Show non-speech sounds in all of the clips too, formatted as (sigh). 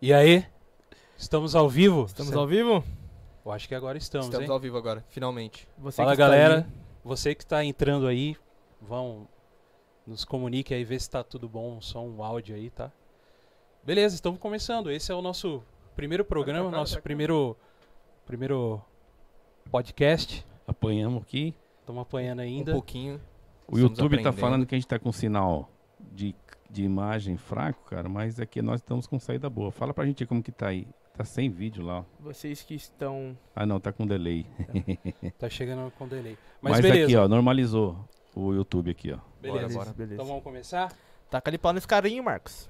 E aí? Estamos ao vivo? Estamos ao vivo? Eu acho que agora estamos, Estamos hein? ao vivo agora, finalmente. Você Fala que está galera, aí. você que está entrando aí, vão nos comunique aí, vê se tá tudo bom, o som, o áudio aí, tá? Beleza, estamos começando. Esse é o nosso primeiro programa, cara, nosso tá com- primeiro primeiro podcast. Apanhamos aqui. Estamos apanhando Um ainda. pouquinho. O Estamos YouTube tá aprendendo. falando que a gente tá com sinal de, de imagem fraco, cara, mas aqui nós estamos com saída boa. Fala pra gente como que tá aí. Tá sem vídeo lá. ó. Vocês que estão. Ah, não, tá com delay. Tá chegando com delay. Mas, Mas, beleza. aqui, ó, normalizou o YouTube aqui, ó. Beleza. Bora, bora. Então vamos começar? Taca ali pau nesse carinho, Marcos.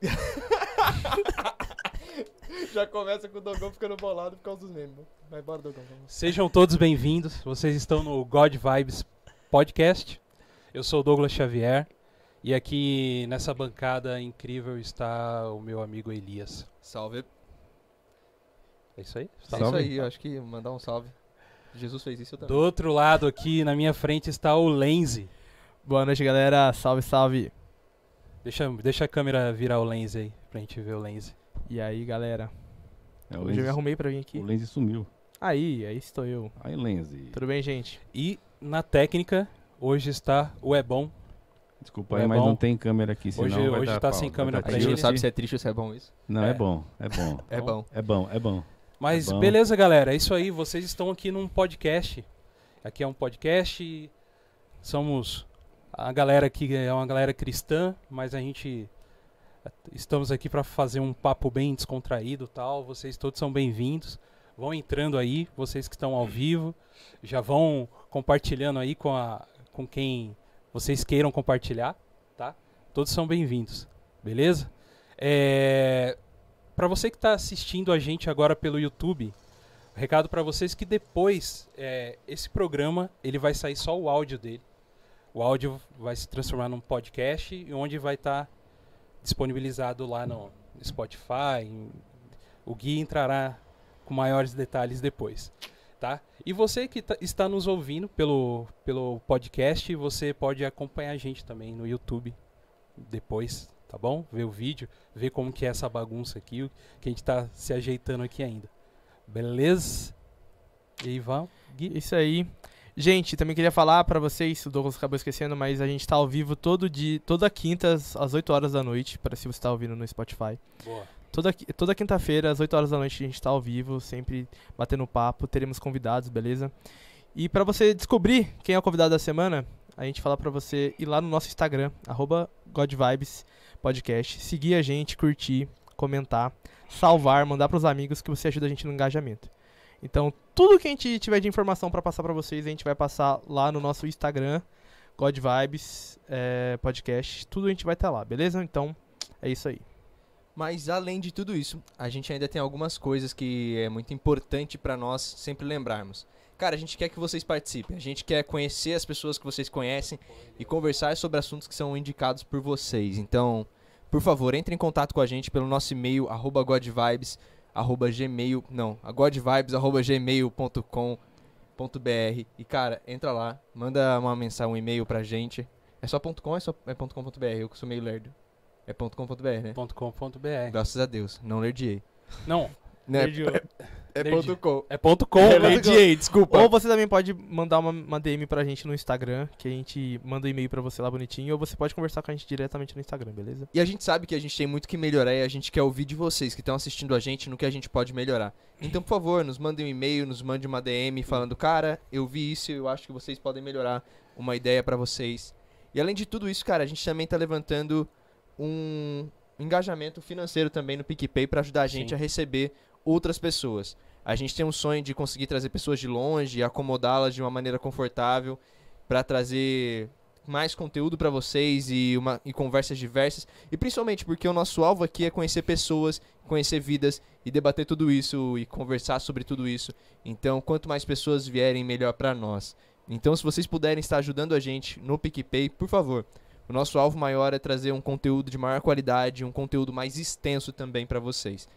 (laughs) Já começa com o Dogão ficando bolado por causa dos memes. Vai embora, Dogão. Sejam todos bem-vindos. Vocês estão no God Vibes Podcast. Eu sou o Douglas Xavier e aqui nessa bancada incrível está o meu amigo Elias. Salve. É isso aí? É Salve. isso aí, eu acho que mandar um salve. Jesus fez isso eu também. Do outro lado aqui, na minha frente, está o Lenzi. Boa noite, galera. Salve, salve. Deixa, deixa a câmera virar o Lenzi aí, pra gente ver o Lenzi. E aí, galera? É, o Hoje eu me Lenzi, arrumei pra vir o aqui. Lenzi sumiu. Aí, aí estou eu. Aí, Lenzi. Tudo bem, gente? E na técnica, hoje está o É Ebon. Desculpa É aí, mas bom. não tem câmera aqui, senão Hoje- vai hoje dar tá pau, sem vai câmera dar pra A Pra gente não tilt. ele- sabe se é triste ou se é bom isso. Não, é bom, é bom. É Bom. bom. É bom, é bom. Mas bom. beleza, galera. É isso aí. Vocês estão aqui num podcast. Aqui é um podcast. Somos a galera que é uma galera cristã, mas a gente eh, estamos aqui para fazer um papo bem descontraído, tal. Vocês todos são bem-vindos. Vão entrando aí, vocês que estão ao vivo, já vão compartilhando aí com a com quem vocês queiram compartilhar, tá? Todos são bem-vindos. Beleza? É, para você que está assistindo a gente agora pelo YouTube, recado para vocês que depois é, esse programa ele vai sair só o áudio dele. O áudio vai se transformar num podcast e onde vai estar disponibilizado lá no Spotify. em- O Gui entrará com maiores detalhes depois, tá? E você que tá- está nos ouvindo pelo, pelo podcast, você pode acompanhar a gente também no YouTube depois, tá bom? Ver o vídeo, ver como que é essa bagunça aqui, o- que a gente tá se ajeitando aqui ainda. Beleza? E aí, vamos? Gui? Isso aí. Gente, também queria falar pra vocês, o Douglas acabou esquecendo, mas a gente tá ao vivo todo dia, toda quinta às às 8 horas da noite, para se você tá ouvindo no Spotify. Boa. Toda, qui- toda quinta-feira, às 8 horas da noite, a gente tá ao vivo, sempre batendo papo, teremos convidados, beleza? E pra você descobrir quem é o convidado da semana, a gente fala pra você ir lá no nosso Instagram, arroba GodVibes Podcast, seguir a gente, curtir, comentar, salvar, mandar pros amigos que você ajuda a gente no engajamento. Então, tudo que a gente tiver de informação pra passar pra vocês, a gente vai passar lá no nosso Instagram, GodVibes eh, Podcast, tudo a gente vai estar lá, beleza? Então, é isso aí. Mas além de tudo isso, a gente ainda tem algumas coisas que é muito importante pra nós sempre lembrarmos. Cara, a gente quer que vocês participem, a gente quer conhecer as pessoas que vocês conhecem e conversar sobre assuntos que são indicados por vocês. Então, por favor, entre em contato com a gente pelo nosso e-mail arroba godvibes arroba gmail, não, a godvibes arroba gmail.com.br e cara, entra lá, manda uma mensagem, um e-mail pra gente. É só ponto .com, é só é ponto .com.br, eu que sou meio lerdo. É ponto .com.br, né? .com.br Graças a Deus, não nerdiei. Não, Né? É Nerdi- ponto com. é ponto .com. É né? nerdiei, desculpa. Ou você também pode mandar uma, uma DM pra gente no Instagram, que a gente manda um e-mail pra você lá bonitinho, ou você pode conversar com a gente diretamente no Instagram, beleza? E a gente sabe que a gente tem muito que melhorar e a gente quer ouvir de vocês que estão assistindo a gente no que a gente pode melhorar. Então, por favor, nos mandem um e-mail, nos mande uma DM falando, cara, eu vi isso, eu acho que vocês podem melhorar, uma ideia pra vocês. E além de tudo isso, cara, a gente também tá levantando um engajamento financeiro também no PicPay pra ajudar a gente Sim. a receber outras pessoas. A gente tem um sonho de conseguir trazer pessoas de longe e acomodá-las de uma maneira confortável pra trazer mais conteúdo pra vocês e, uma, e conversas diversas. E principalmente porque o nosso alvo aqui é conhecer pessoas, conhecer vidas e debater tudo isso e conversar sobre tudo isso. Então, quanto mais pessoas vierem, melhor pra nós. Então, se vocês puderem estar ajudando a gente no PicPay, por favor. O nosso alvo maior é trazer um conteúdo de maior qualidade, um conteúdo mais extenso também pra vocês.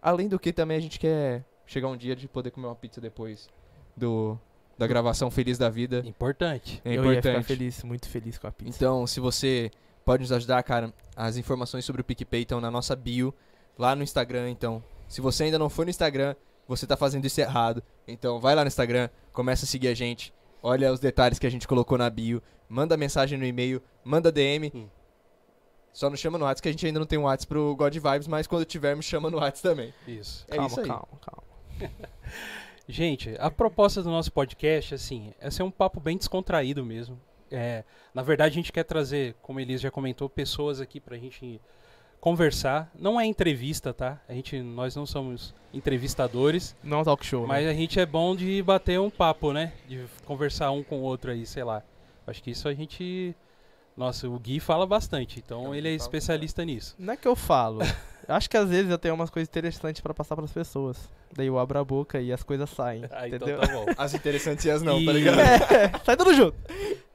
Além do que também a gente quer chegar um dia de poder comer uma pizza depois do da gravação Feliz da Vida. Importante. É eu ia ficar importante. feliz, muito feliz com a pizza. Então, se você pode nos ajudar, cara, as informações sobre o PicPay estão na nossa bio. lá no Instagram, então. Se você ainda não foi no Instagram, você tá fazendo isso errado. Então vai lá no Instagram, começa a seguir a gente, olha os detalhes que a gente colocou na bio, manda mensagem no e-mail, manda DM. Hum. Só não chama no WhatsApp, que a gente ainda não tem um WhatsApp pro God Vibes, mas quando tiver, me chama no WhatsApp também. Isso. É calma, isso aí. calma, calma. Gente, a proposta do nosso podcast, assim, é ser um papo bem descontraído mesmo. É, na verdade, a gente quer trazer, como Elis já comentou, pessoas aqui pra gente conversar. Não é entrevista, tá? A gente, nós não somos entrevistadores, Não é um talk show. né? mas a gente é bom de bater um papo, né? De conversar um com o outro aí, sei lá. Acho que isso a gente. Nossa, o Gui fala bastante, então Eu ele é falo especialista (laughs) nisso. Não é que eu falo. Eu acho que às vezes eu tenho umas coisas interessantes pra passar pras pessoas. Daí eu abro a boca e as coisas saem. Ah, então entendeu? tá bom. As interessantes e as não, (laughs) tá E- ligado? É, (laughs) sai tudo junto. (laughs)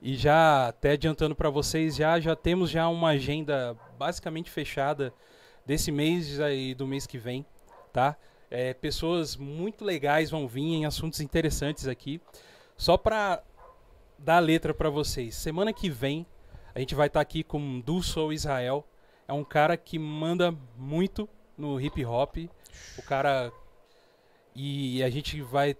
E já até adiantando para vocês, já já temos já uma agenda basicamente fechada desse mês e do mês que vem, tá? É, pessoas muito legais vão vir em assuntos interessantes aqui. Só para dar a letra para vocês, semana que vem a gente vai estar aqui com Du Soul Israel. É um cara que manda muito no hip hop. O cara e a gente vai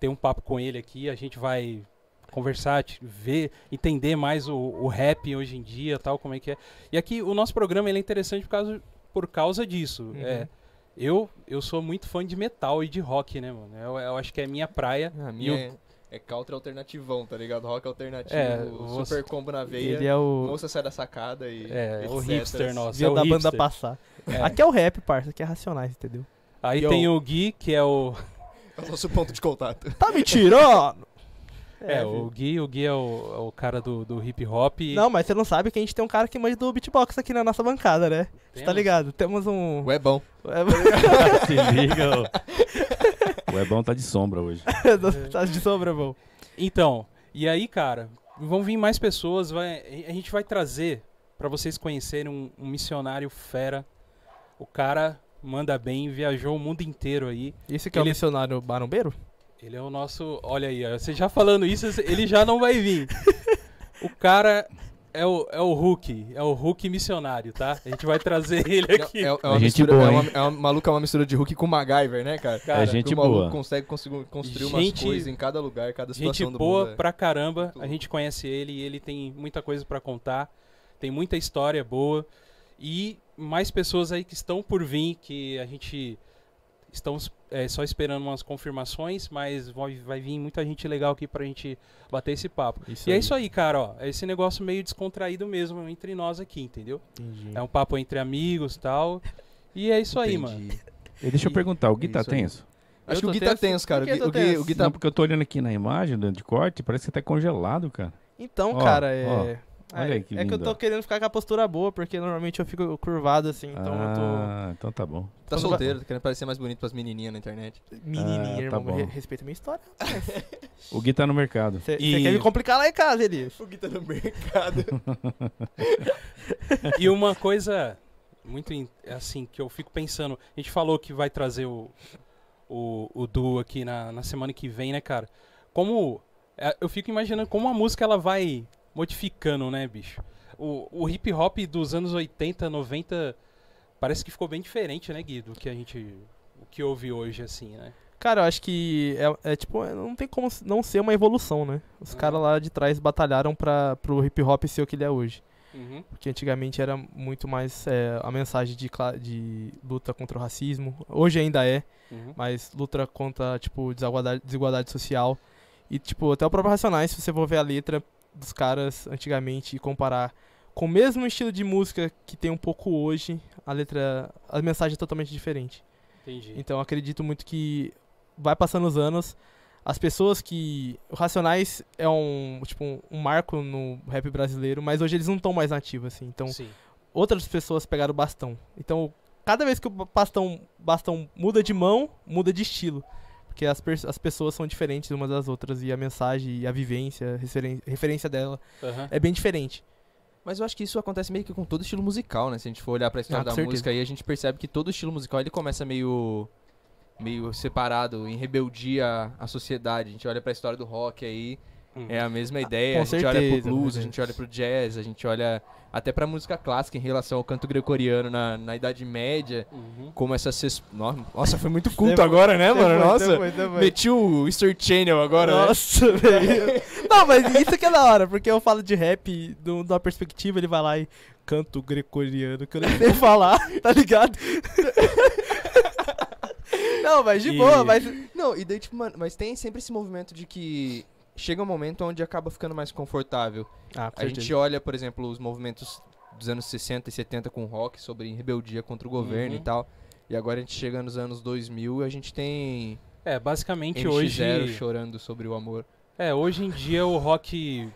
ter um papo com ele aqui. A gente vai conversar, te- ver, entender mais o, o rap hoje em dia, tal, como é que é. E aqui o nosso programa ele é interessante por causa, por causa disso. Uhum. É, eu eu sou muito fã de metal e de rock, né, mano? Eu, eu acho que é minha praia. A E minha o- é, é counter alternativão, tá ligado? Rock alternativo, É, você- super combo na veia, Ele é o. moça sai da sacada e Tipo, É, o etc. hipster nosso. É Viu o da banda hipster. passar. Aqui é o rap, parça. Aqui é racionais, entendeu? Aí Yo. tem o Gui, que é o É o nosso ponto de contato. Tá me tirando! é, filho. o Gui, o Gui é o, é o cara do, do hip hop. e Não, mas você não sabe que a gente tem um cara que manja do beatbox aqui na nossa bancada, né? Você tá temos- ligado? Temos um. (laughs) Ué, bom. Se liga, ô. O Ebão tá de sombra hoje. É. tá de sobra, bom. Então, e aí, cara, vão vir mais pessoas, vai- a gente vai trazer pra vocês conhecerem um, um missionário fera. O cara manda bem, viajou o mundo inteiro aí. Isso que é o Ele- missionário barombeiro? Ele é o nosso, olha aí, ó, você já falando isso, ele já não vai vir. O cara é o, é o Hulk, é o Hulk missionário, tá? A gente vai trazer (laughs) ele aqui. É, é uma Gente mistura, boa, é uma, é uma- maluca é uma mistura de Hulk com MacGyver, né, cara? Cara, é gente o maluco boa. consegue constru- construir umas Gente- coisas em cada lugar, cada situação Gente do boa mundo. é. pra caramba. Tudo. A gente conhece ele e ele tem muita coisa pra contar. Tem muita história boa. E mais pessoas aí que estão por vir, que a gente estamos é, só esperando umas confirmações, mas vai, vai vir muita gente legal aqui pra gente bater esse papo. Isso e é isso aí, cara, ó. É esse negócio meio descontraído mesmo entre nós aqui, entendeu? Entendi. É um papo entre amigos e tal. E é isso aí, mano. Entendi. E deixa eu perguntar, o Gui É tá isso aí. tenso? Acho Eu que tô o Gui tá tenso. tenso, cara. O Por que Gui, eu o tô Gui, tenso? o Gui Não, tá... porque eu tô olhando aqui na imagem do- de corte, parece que tá congelado, cara. Então, Ó, cara, é. ó, é- olha aí que é que eu tô lindo. querendo ficar com a postura boa, porque normalmente eu fico curvado assim, então eu ah, então tá bom. tá quando- solteiro, tá querendo parecer mais bonito pras menininhas na internet. tô. Menininha, tá irmão. bom. re- Respeita a minha história. O Gui tá no mercado. Você E- quer me complicar lá em casa, Elias. O Gui tá no mercado. E uma coisa muito in- assim que eu fico pensando, a gente falou que vai trazer o, o, o Du aqui na, na semana que vem, né, cara? Como é, eu fico imaginando como a música ela vai modificando, né, bicho? O, o hip hop dos anos 80, 90 parece que ficou bem diferente, né, Gui, do que a gente o que ouve hoje assim, né? Cara, eu acho que é, é tipo, é, não tem como s- não ser uma evolução, né? Os Uhum. caras lá de trás batalharam pra, pro hip hop ser o que ele é hoje. Uhum, Porque antigamente era muito mais é, a mensagem de, cla- de luta contra o racismo. Hoje ainda é, Uhum. mas luta contra, tipo, desigualdade, desigualdade social. E, tipo, até o próprio Racionais, se você for ver a letra dos caras antigamente e comparar com o mesmo estilo de música que tem um pouco hoje, a letra, a mensagem é totalmente diferente. Entendi. Então eu acredito muito que vai passando os anos, as pessoas que. O Racionais é um, tipo, um, um marco no rap brasileiro, mas hoje eles não estão mais nativos, assim. Então Sim. outras pessoas pegaram o bastão. Então cada vez que o bastão, bastão muda de mão, muda de estilo. Porque as, pers- as pessoas são diferentes umas das outras e a mensagem e a vivência, a referen- referência dela Aham. é bem diferente. Mas eu acho que isso acontece meio que com todo estilo musical, né? Se a gente for olhar pra história Ah, com da certeza. música aí, a gente percebe que todo estilo musical ele começa meio meio separado, em rebeldia à- à sociedade. A gente olha pra história do rock aí, Hum. É a mesma ideia. Uhum. Ah, com a gente olha certeza, né? pro com blues, a certeza. gente olha pro jazz, a gente olha até pra música clássica em relação ao canto gregoriano na, na Idade Média. Uhum. Como essas. ses- no- Nossa, foi muito culto Demais, agora, né, mano? Então Nossa. foi, então foi. Meti o Easter Channel agora. né? Nossa, velho. Não, mas isso que é da hora, porque eu falo de rap de um- de uma perspectiva, ele vai lá e canto gregoriano, que eu nem sei falar, tá ligado? Não, mas de E- boa, mas. Não, e daí, tipo, mano, mas tem sempre esse movimento de que chega um momento onde acaba ficando mais confortável. Ah, A gente olha, por exemplo, os movimentos dos anos 60 e 70 com rock sobre rebeldia contra o governo Uhum. e tal. E agora a gente chega nos anos 2000 e a gente tem É, basicamente NX0 hoje. chorando sobre o amor. É, hoje em dia o rock,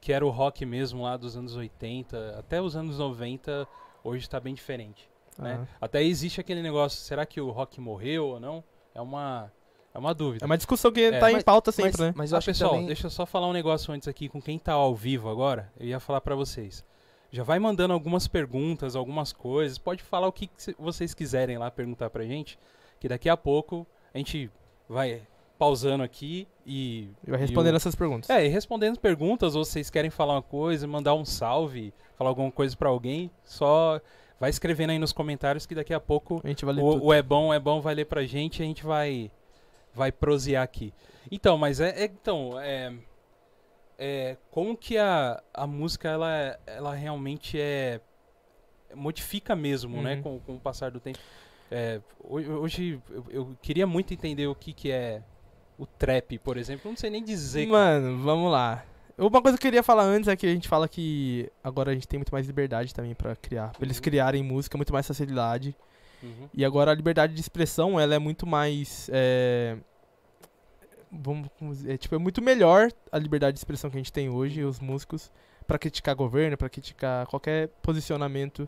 que era o rock mesmo lá dos anos 80, até os anos 90, hoje tá bem diferente. né? Até existe aquele negócio, será que o rock morreu ou não? É uma, é uma dúvida. É uma discussão que É, tá em mas- pauta sempre, mas, né? mas eu Ah, acho pessoal, que também... deixa eu só falar um negócio antes aqui com quem tá ao vivo agora. Eu ia falar pra vocês. Já vai mandando algumas perguntas, algumas coisas. Pode falar o que que cê- vocês quiserem lá perguntar pra gente, que daqui a pouco a gente vai pausando aqui e E e o- Vai respondendo essas perguntas. É, e respondendo perguntas, ou vocês querem falar uma coisa, mandar um salve, falar alguma coisa pra alguém, só vai escrevendo aí nos comentários que daqui a pouco A gente vai ler tudo. o, o É Bom, É Bom vai ler pra gente e a gente vai, vai prosear aqui. Então, mas é, é- então, é, é, como que a, a música, ela, ela realmente é, modifica mesmo, né, Uhum. com, com o passar do tempo. É, ho- hoje eu, eu queria muito entender o que que é o trap, por exemplo, eu não sei nem dizer, cara. Mano, vamos lá. Uma coisa que eu queria falar antes é que a gente fala que agora a gente tem muito mais liberdade também pra criar. Pra eles Uhum. criarem música, muito mais facilidade. Uhum. E agora a liberdade de expressão, ela é muito mais. É... Vamos como dizer, é, tipo, é muito melhor a liberdade de expressão que a gente tem hoje, os músicos, pra criticar governo, pra criticar qualquer posicionamento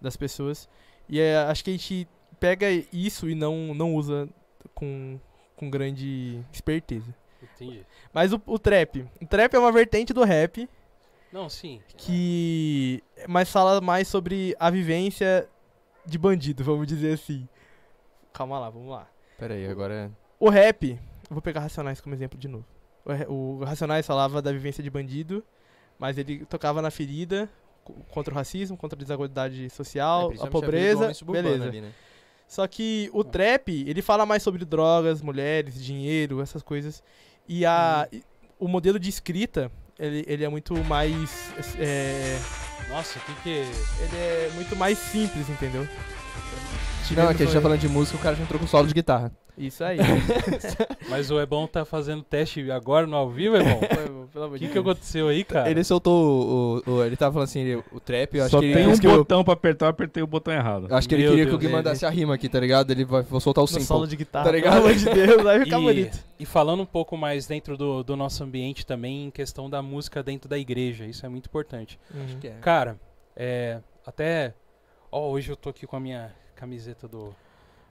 das pessoas. E é, acho que a gente pega isso e não, não usa com, com grande esperteza. Entendi. Mas o, o trap. O trap é uma vertente do rap Não, sim. que. Mas fala mais sobre a vivência de bandido, vamos dizer assim. Calma lá, vamos lá. Pera aí, agora... O rap. Eu vou pegar Racionais como exemplo de novo. O, Ra- o Racionais falava da vivência de bandido, mas ele tocava na ferida co- contra o racismo, contra a desigualdade É, social, a pobreza. Beleza. Só que o trap, ele fala mais sobre drogas, mulheres, dinheiro, essas coisas. E a, e o modelo de escrita, ele, ele é muito mais. É, Nossa, o que que... ele é muito mais simples, entendeu? Não, Tirando é que a gente só- tá falando de música, o cara já entrou com solo de guitarra. Isso aí. Mas o Ebon tá fazendo teste agora no ao vivo, (laughs) Ebon? Pô, Pelo amor O de que que Deus. aconteceu aí, cara? Ele soltou o, o- o- Ele tava falando assim, ele- o trap, eu acho Só que ele é tem um quis que eu- botão pra apertar, eu apertei o botão errado. eu acho que ele Meu queria Deus, É, que ele- alguém mandasse a rima aqui, tá ligado? Ele vai vou soltar o No simple. solo de guitarra. tá ligado? Pelo amor de Deus, vai ficar E- bonito. E falando um pouco mais dentro do, do nosso ambiente também, em questão da música dentro da igreja, isso é muito importante. Uhum. Que é. Cara, é, até. Ó, hoje eu tô aqui com a minha camiseta do,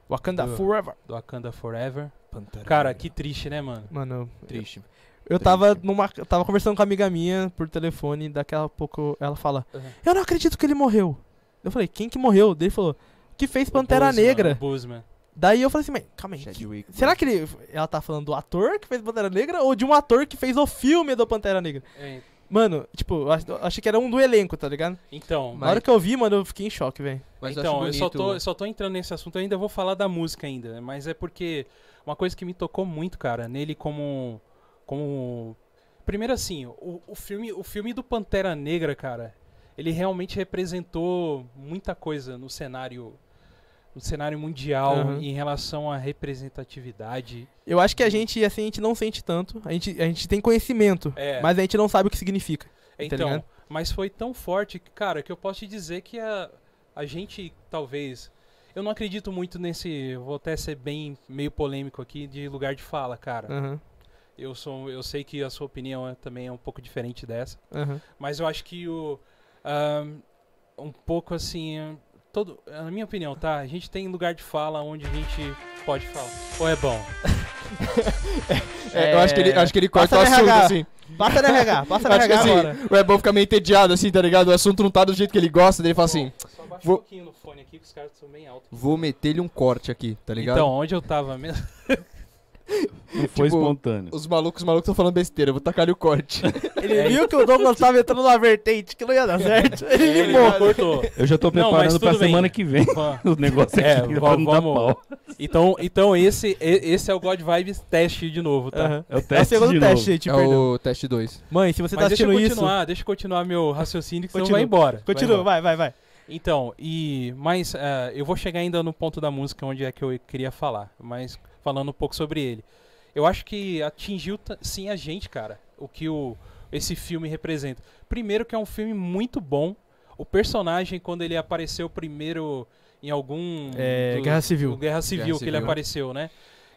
Wakanda Do- Forever. do Akanda Forever. Pantera Cara, Negra. que triste, né, mano? Mano, eu, Triste. eu tava numa. Eu tava conversando com uma amiga minha por telefone, daqui a pouco ela fala. Eu não acredito que ele morreu. Eu falei, quem que morreu? Daí ele falou, que fez Pantera O Buzzman, Negra. o Buzzman. Daí eu falei assim, mas calma aí. que- É Chadwick. Será que ele, ela tá falando do ator que fez Pantera Negra ou de um ator que fez o filme do Pantera Negra? É, Mano, tipo, eu ach- eu achei que era um do elenco, tá ligado? Então, Na hora que eu vi, mano, eu fiquei em choque, velho. Mas então, eu, acho só bonito. tô, eu só tô entrando nesse assunto ainda, eu vou falar da música ainda, mas é porque uma coisa que me tocou muito, cara, nele como como primeiro assim, o, o filme, o filme do Pantera Negra, cara, ele realmente representou muita coisa no cenário no cenário mundial Aham. em relação à representatividade. Eu acho que a gente, assim, a gente não sente tanto. A gente, a gente tem conhecimento, É. mas a gente não sabe o que significa. Então, ligado? mas foi tão forte, que, cara, que eu posso te dizer que a, a gente, talvez. Eu não acredito muito nesse. eu Vou até ser bem meio polêmico aqui de lugar de fala, cara. Aham, Eu, sou, eu sei que a sua opinião é- também é um pouco diferente dessa. aham. Mas eu acho que o. ahn, um pouco assim. Todo, na minha opinião, tá? A gente tem lugar de fala onde a gente pode falar. Ou é bom? É, Eu acho que ele, acho que ele corta o Passa no assunto, RH. assim. Passa na RH, passa na Acho que RH agora. assim, o Ebon fica meio entediado, assim, tá ligado? O assunto não tá do jeito que ele gosta, daí ele fala Então. assim: Só baixa vou- um pouquinho no fone aqui, que os caras são bem altos. vou meter-lhe um corte aqui, tá ligado? Então, onde eu tava mesmo? Não foi Tipo, espontâneo. Os malucos, os malucos estão falando besteira, eu vou tacar-lhe o corte. (laughs) (laughs) Ele viu que o Douglas tava entrando na vertente, que não ia dar certo. Ele é. Ele limou. cortou. Eu já tô Não, mas preparando pra tudo bem. semana que vem (laughs) Ó, o negócio É, aqui. va- pra não dar vamos- pau. Então, então esse, e- esse é o God Vibes teste de novo, tá? Aham. É o É o teste segundo de teste, novo. gente, é perdão. o teste 2. Mãe, se você Mas tá deixa eu assistindo isso. continuar, deixa eu continuar meu raciocínio, que senão Continua. vai embora. Vai Continua, embora. vai, vai, vai. Então, e mas eh, eu vou chegar ainda no ponto da música onde é que eu queria falar, mas falando um pouco sobre ele. Eu acho que atingiu ta- sim a gente, cara, o que o, esse filme representa. Primeiro que é um filme muito bom. O personagem quando ele apareceu primeiro em algum É, dos- Guerra o Civil. Guerra Civil Guerra que ele Civil. apareceu, né?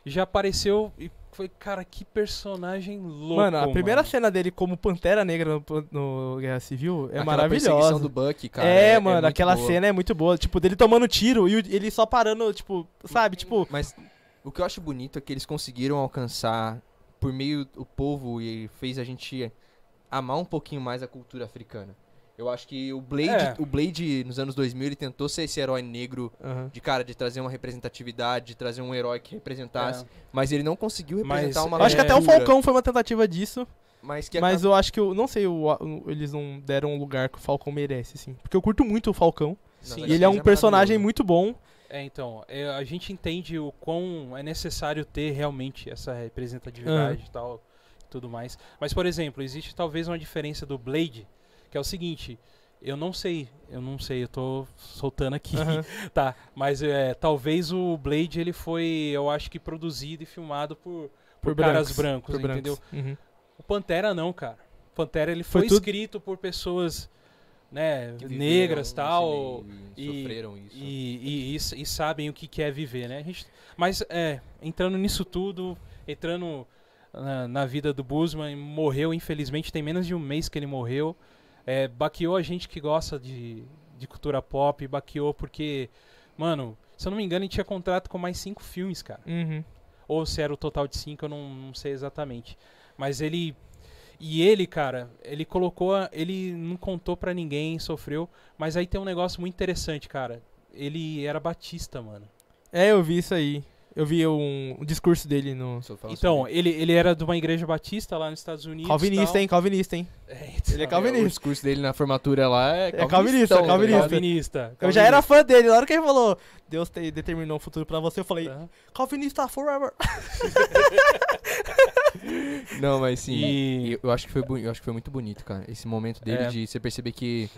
Já apareceu e foi, cara, que personagem louco. Mano, a primeira mano. cena dele como Pantera Negra no, no Guerra Civil é Aquela perseguição maravilhosa. do Buck, cara. é, mano, muito aquela boa. cena é muito boa. Tipo, dele tomando tiro e o- ele só parando, tipo, sabe? Tipo, Mas o que eu acho bonito é que eles conseguiram alcançar por meio do povo e fez a gente amar um pouquinho mais a cultura africana. Eu acho que o Blade, É. o Blade nos anos 2000, ele tentou ser esse herói negro aham. de cara, de trazer uma representatividade, de trazer um herói que representasse, É. mas ele não conseguiu Mas, é representar uma eu Eu acho que até o cultura, Falcão foi uma tentativa disso, Mas é que é mas eu acho que, eu não sei, o- o- eles não deram o lugar que o Falcão merece, assim. Porque eu curto muito o Falcão, Sim. e ele é um maravilhoso. personagem muito bom, É, então, é, a gente entende o quão é necessário ter realmente essa representatividade Ah. e tal, tudo mais. Mas, por exemplo, existe talvez uma diferença do Blade, que é o seguinte, eu não sei, eu não sei, eu tô soltando aqui, Aham. (laughs) tá? Mas é, talvez o Blade, ele foi, eu acho que produzido e filmado por, por, caras brancos, por brancos. entendeu? Uhum. O Pantera não, cara. O Pantera, ele Foi foi, tudo- escrito por pessoas, né, Que viveram negras isso tal, um e e- sofreram isso. e, e, e, s- e sabem o que que é viver, né? A gente, mas é, entrando nisso tudo, entrando na, na vida do Busman, morreu, infelizmente, tem menos de um mês que ele morreu. É, baqueou a gente que gosta de, de cultura pop, baqueou porque, mano, se eu não me engano, ele tinha contrato com mais cinco filmes, cara. Uhum. Ou se era o total de cinco, eu não, não sei exatamente. Mas ele. E ele, cara, ele colocou. a- Ele não contou pra ninguém, sofreu. Mas aí tem um negócio muito interessante, cara. Ele era batista, mano. É, eu vi isso aí. Eu vi um, um discurso dele no... Só falo então, sobre- ele, ele era de uma igreja batista lá nos Estados Unidos. Calvinista, tal. hein? Calvinista, hein? É, então, Ele é o calvinista. discurso dele na formatura lá é É calvinistão, calvinista, é tá calvinista. ligado? calvinista. Eu já era fã dele, na hora que ele falou, Deus te- determinou um futuro pra você, eu falei, Tá. Calvinista forever. Não, mas sim. E- Eu- Eu acho que foi boni- eu acho que foi muito bonito, cara. Esse momento dele É. de você perceber que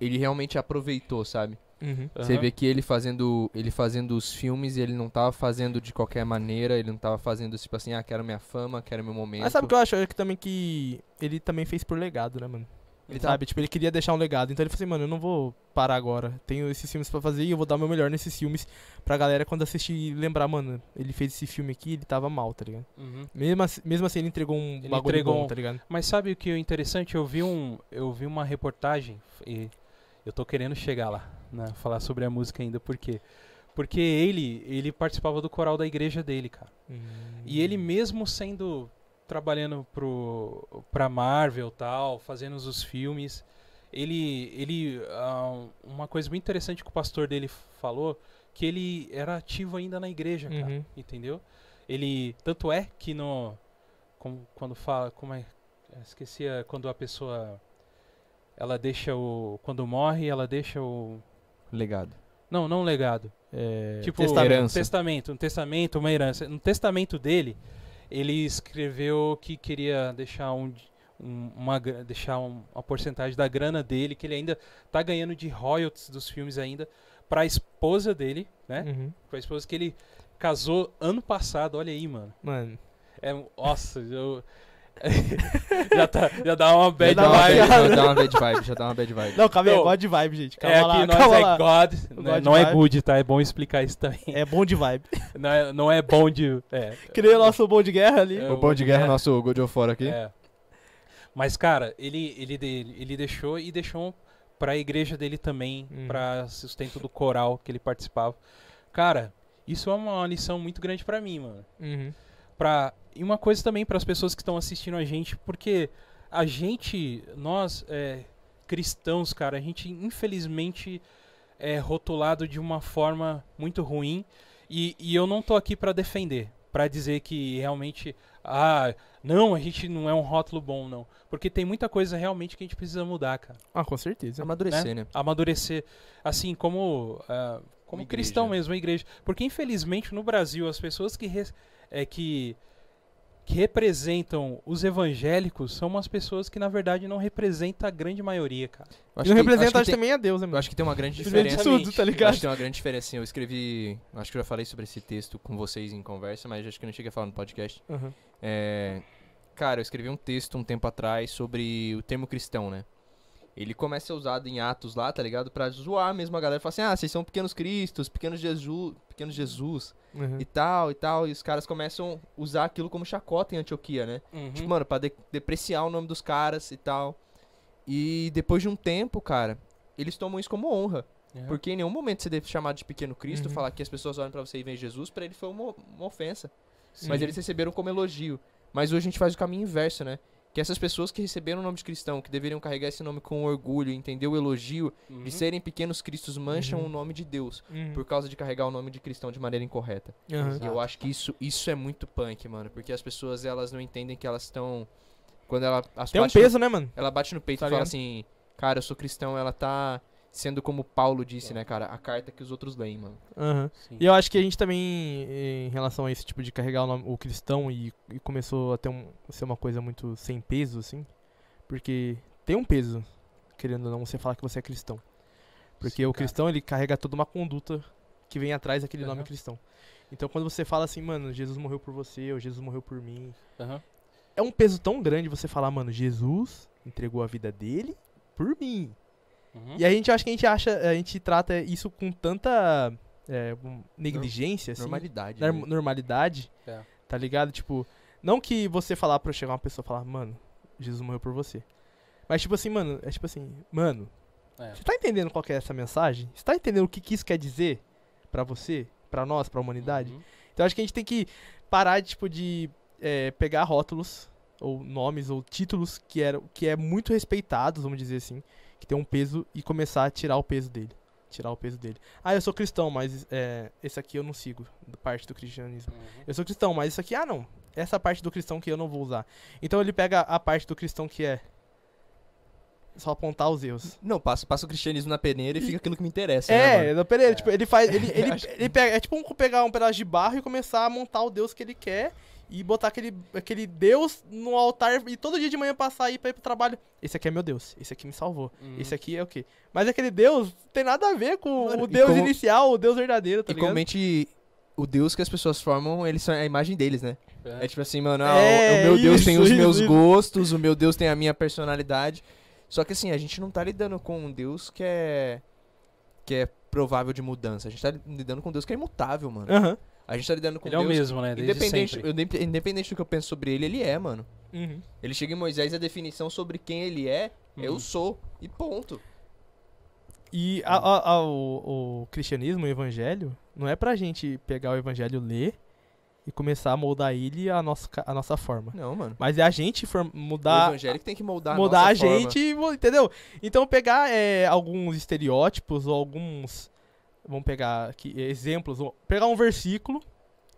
ele realmente aproveitou, sabe? Uhum. Você Aham. vê que ele fazendo, ele fazendo os filmes e ele não tava fazendo de qualquer maneira, ele não tava fazendo tipo assim, ah, quero minha fama, quero meu momento. Mas sabe o que eu acho? É que também que ele também fez por legado, né, mano? Ele tava- Sabe? Tipo, ele queria deixar um legado. Então ele falou assim, mano, eu não vou parar agora. Tenho esses filmes pra fazer e eu vou dar o meu melhor nesses filmes pra galera quando assistir lembrar, mano, ele fez esse filme aqui e ele tava mal, tá ligado? Uhum. Mesmo assim, mesmo assim ele entregou um Ele bagulho entregou bom, um- tá ligado? Mas sabe o que é interessante? Eu vi, um, eu vi uma reportagem e eu tô querendo chegar lá, né? Falar sobre a música ainda, por quê? Porque ele, ele participava do coral da igreja dele, cara. Hum. E ele mesmo sendo trabalhando pro pra Marvel tal, fazendo os filmes, ele ele ah, uma coisa muito interessante que o pastor dele falou, que ele era ativo ainda na igreja, cara Uhum. entendeu? Ele tanto é que no como- quando fala como é esqueci a- quando a pessoa ela deixa o quando morre ela deixa o legado. não não um legado É, tipo testamento. um herança. testamento um testamento uma herança no testamento dele ele escreveu que queria deixar um, um- uma gra- deixar um- uma porcentagem da grana dele que ele ainda tá ganhando de royalties dos filmes ainda pra esposa dele né Uhum. com a esposa que ele casou ano passado, olha aí, mano. Mano, É, nossa, eu. (laughs) já, tá, já dá uma Já bad dá, uma bad, vibe. já dá uma bad vibe, já dá uma (laughs) bad vibe. Não, calma aí, é Não. God vibe, gente. Calma É lá, aqui, nós calma é lá. God, né? God não é vibe. good, tá? É bom explicar isso também. É bom de vibe. (laughs) (laughs) Não é, não é bom de. É, Criei o nosso bom de guerra ali. É, o bom de guerra, é. nosso God of War aqui. é. Mas, cara, ele, ele, de- ele deixou e deixou pra igreja dele também, Uhum. pra sustento do coral que ele participava. Cara, isso é uma lição muito grande pra mim, mano. Uhum. Pra, e uma coisa também para as pessoas que estão assistindo a gente, porque a gente, nós é, cristãos, cara, a gente infelizmente é rotulado de uma forma muito ruim. E, e eu não tô aqui para defender, para dizer que realmente, ah, não, a gente não é um rótulo bom, não. Porque tem muita coisa realmente que a gente precisa mudar, cara. Ah, com certeza. É. Amadurecer, né? Amadurecer, assim, como, ah, como Uma igreja. cristão mesmo, a igreja. Porque, infelizmente, no Brasil, as pessoas que, res- é, que, que representam os evangélicos são umas pessoas que, na verdade, não representam a grande maioria, cara. Eu e não que- representa acho que tem- também a Deus, né, Eu mano? acho que tem uma grande Simplesmente diferença. tudo, tá Eu acho ligado? que tem uma grande diferença, assim, eu escrevi, acho que eu já falei sobre esse texto com vocês em conversa, mas acho que eu não cheguei a falar no podcast. Aham. É, cara, eu escrevi um texto um tempo atrás sobre o termo cristão, né? Ele começa a ser usado em Atos lá, tá ligado? Pra zoar mesmo a galera, falar assim, ah, vocês são pequenos cristos, pequenos Jesus, pequenos Jesus Aham. e tal, e tal, e os caras começam a usar aquilo como chacota em Antioquia, né? Uhum. Tipo, mano, pra de- depreciar o nome dos caras e tal. E depois de um tempo, cara, eles tomam isso como honra. É. Porque em nenhum momento você deve chamar de pequeno Cristo, Uhum. falar que as pessoas olham pra você e veem Jesus, pra ele foi uma, uma ofensa. Sim. Mas eles receberam como elogio. Mas hoje a gente faz o caminho inverso, né? Que essas pessoas que receberam o nome de cristão, que deveriam carregar esse nome com orgulho, entender o elogio, Uhum. de serem pequenos cristos, mancham Uhum. o nome de Deus Uhum. por causa de carregar o nome de cristão de maneira incorreta. Aham. E eu acho que isso, isso é muito punk, mano. Porque as pessoas, elas não entendem que elas estão... Quando ela... As Tem um bate no- peso, né, mano? Ela bate no peito Tá e fala ligado? assim... Cara, eu sou cristão. Ela tá sendo como Paulo Tá. disse, né, cara? A carta que os outros leem, mano. Aham. Sim. é E eu acho que a gente também, em relação a esse tipo de carregar o, nome- o cristão e, e começou a ter um, ser uma coisa muito sem peso, assim. Porque tem um peso, querendo ou não, você falar que você é cristão. Porque Sim, o cara. cristão, ele carrega toda uma conduta que vem atrás daquele nome Aham. cristão. Então quando você fala assim, mano, Jesus morreu por você, ou Jesus morreu por mim. Aham. É um peso tão grande você falar, mano, Jesus entregou a vida dele por mim. Uhum. E a gente acha que a gente acha, a gente trata isso com tanta é, com negligência, assim, Normalidade. norm- né? normalidade, É. tá ligado? Tipo, não que você falar pra chegar uma pessoa e falar, mano, Jesus morreu por você. Mas tipo assim, mano, é tipo assim, mano, É. você tá entendendo qual que é essa mensagem? Você tá entendendo o que, que isso quer dizer pra você, pra nós, pra humanidade? Uhum. Então acho que a gente tem que parar tipo, de é, pegar rótulos, ou nomes, ou títulos que, era, que é muito respeitados, vamos dizer assim, que tem um peso, e começar a tirar o peso dele. Tirar o peso dele. Ah, eu sou cristão, mas é, esse aqui eu não sigo, da parte do cristianismo. Uhum. Eu sou cristão, mas isso aqui, ah não. Essa parte do cristão que eu não vou usar. Então ele pega a parte do cristão que é só apontar os erros. Não, passa, passa o cristianismo na peneira e fica aquilo que me interessa, né, É, mano? não, pera, aí, tipo, ele faz. (laughs) Ele, ele, Acho ele pega, é tipo um, pegar um pedaço de barro e começar a montar o Deus que ele quer e botar aquele, aquele Deus no altar e todo dia de manhã passar aí pra ir pro trabalho. Esse aqui é meu Deus, esse aqui me salvou, Hum. Uhum. esse aqui é o quê? Mas aquele Deus tem nada a ver com Mano, o e Deus como- inicial, o Deus verdadeiro, tá E ligado? comente... O Deus que as pessoas formam, eles são a imagem deles, né? É É. tipo assim, mano, ah, o- É, o meu Deus tem isso, os isso, meus isso. gostos, o meu Deus tem a minha personalidade. Só que assim, a gente não tá lidando com um Deus que é que é provável de mudança. A gente tá lidando com um Deus que é imutável, mano. Aham. A gente tá lidando com Ele é o Deus mesmo, né? Desde independente, sempre. eu dep- independente do que eu penso sobre ele, ele é, mano. Uhum. Ele chega em Moisés e a definição sobre quem ele é, eu Uhum. sou e ponto. E a- a- a- o, o cristianismo, o evangelho, não é pra gente pegar o evangelho, ler e começar a moldar ele à nossa, ca- à nossa forma. Não, mano. Mas é a gente for- o mudar evangélico tem que moldar a mudar a nossa forma. gente, e mu- entendeu? Então pegar é, alguns estereótipos ou alguns, vamos pegar aqui é, exemplos, ou pegar um versículo,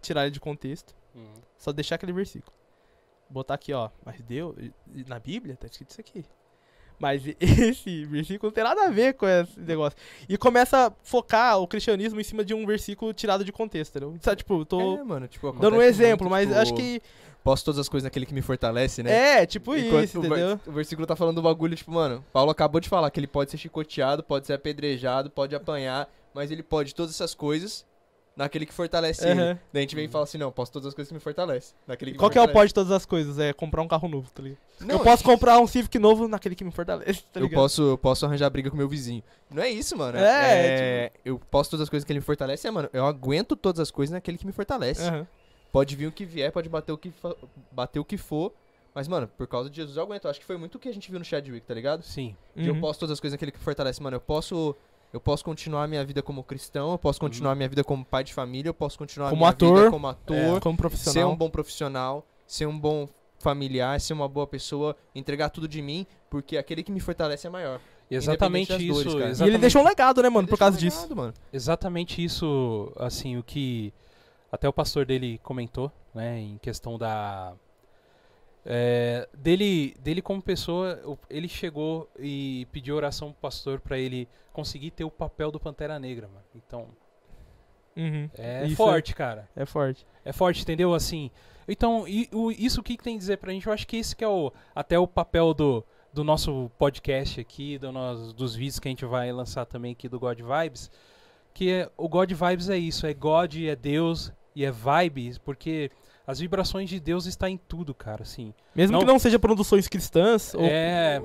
tirar ele de contexto, Uhum. só deixar aquele versículo. Botar aqui, ó, mas Deus, e- e na Bíblia tá escrito isso aqui. Mas (laughs) e- esse versículo não tem nada a ver com esse negócio. E começa a focar o cristianismo em cima de um versículo tirado de contexto, entendeu? Sabe, tipo, eu tô É, mano, tipo, dando um acontece exemplo, muito, mas tipo, acho que. Posso todas as coisas naquele que me fortalece, né? É, tipo Enquanto isso, o, ver- entendeu? o versículo tá falando do bagulho, tipo, mano, Paulo acabou de falar que ele pode ser chicoteado, pode ser apedrejado, pode apanhar, mas ele pode todas essas coisas naquele que fortalece ele. Aham. Daí a gente vem e fala assim, não, posso todas as coisas que me fortalece. Naquele que Qual me que é o fortalece. pode de todas as coisas? É comprar um carro novo, tá ligado? Não, eu posso comprar um Civic novo naquele que me fortalece, tá eu ligado? posso, eu posso arranjar briga com meu vizinho. Não é isso, mano. É, Eu posso todas as coisas que ele me fortalece, é, mano, eu aguento todas as coisas naquele que me fortalece. Aham. Pode vir o que vier, pode bater o que, fa- bater o que for. Mas, mano, por causa de Jesus eu aguento. Eu Acho que foi muito o que a gente viu no Chadwick, tá ligado? Sim. E eu Uhum. posso todas as coisas naquele que fortalece, mano. Eu posso. Eu posso continuar a minha vida como cristão, eu posso continuar Uhum. a minha vida como pai de família, eu posso continuar Como a minha ator, vida como ator, É, como ser profissional. um bom profissional, ser um bom familiar, ser uma boa pessoa, entregar tudo de mim, porque aquele que me fortalece é maior. E Exatamente das isso. dores, cara. E ele E ele exatamente- deixou um legado, né, mano, Ele por deixa causa um disso. legado, mano. Exatamente isso, assim, o que até o pastor dele comentou né? Em questão da é, dele, dele como pessoa, o- ele chegou e pediu oração pro pastor pra ele conseguir ter o papel do Pantera Negra, mano. Então, Uhum. é Isso forte, cara. É forte. É forte, entendeu? Assim. Então, e, o, isso o que que tem a dizer pra gente? Eu acho que esse que é o, até o papel do, do nosso podcast aqui, do nos- dos vídeos que a gente vai lançar também aqui do God Vibes. Que é- o God Vibes é isso, é God, é Deus e é vibes, porque as vibrações de Deus está em tudo, cara, assim. Mesmo Não- que não seja produções cristãs ou É,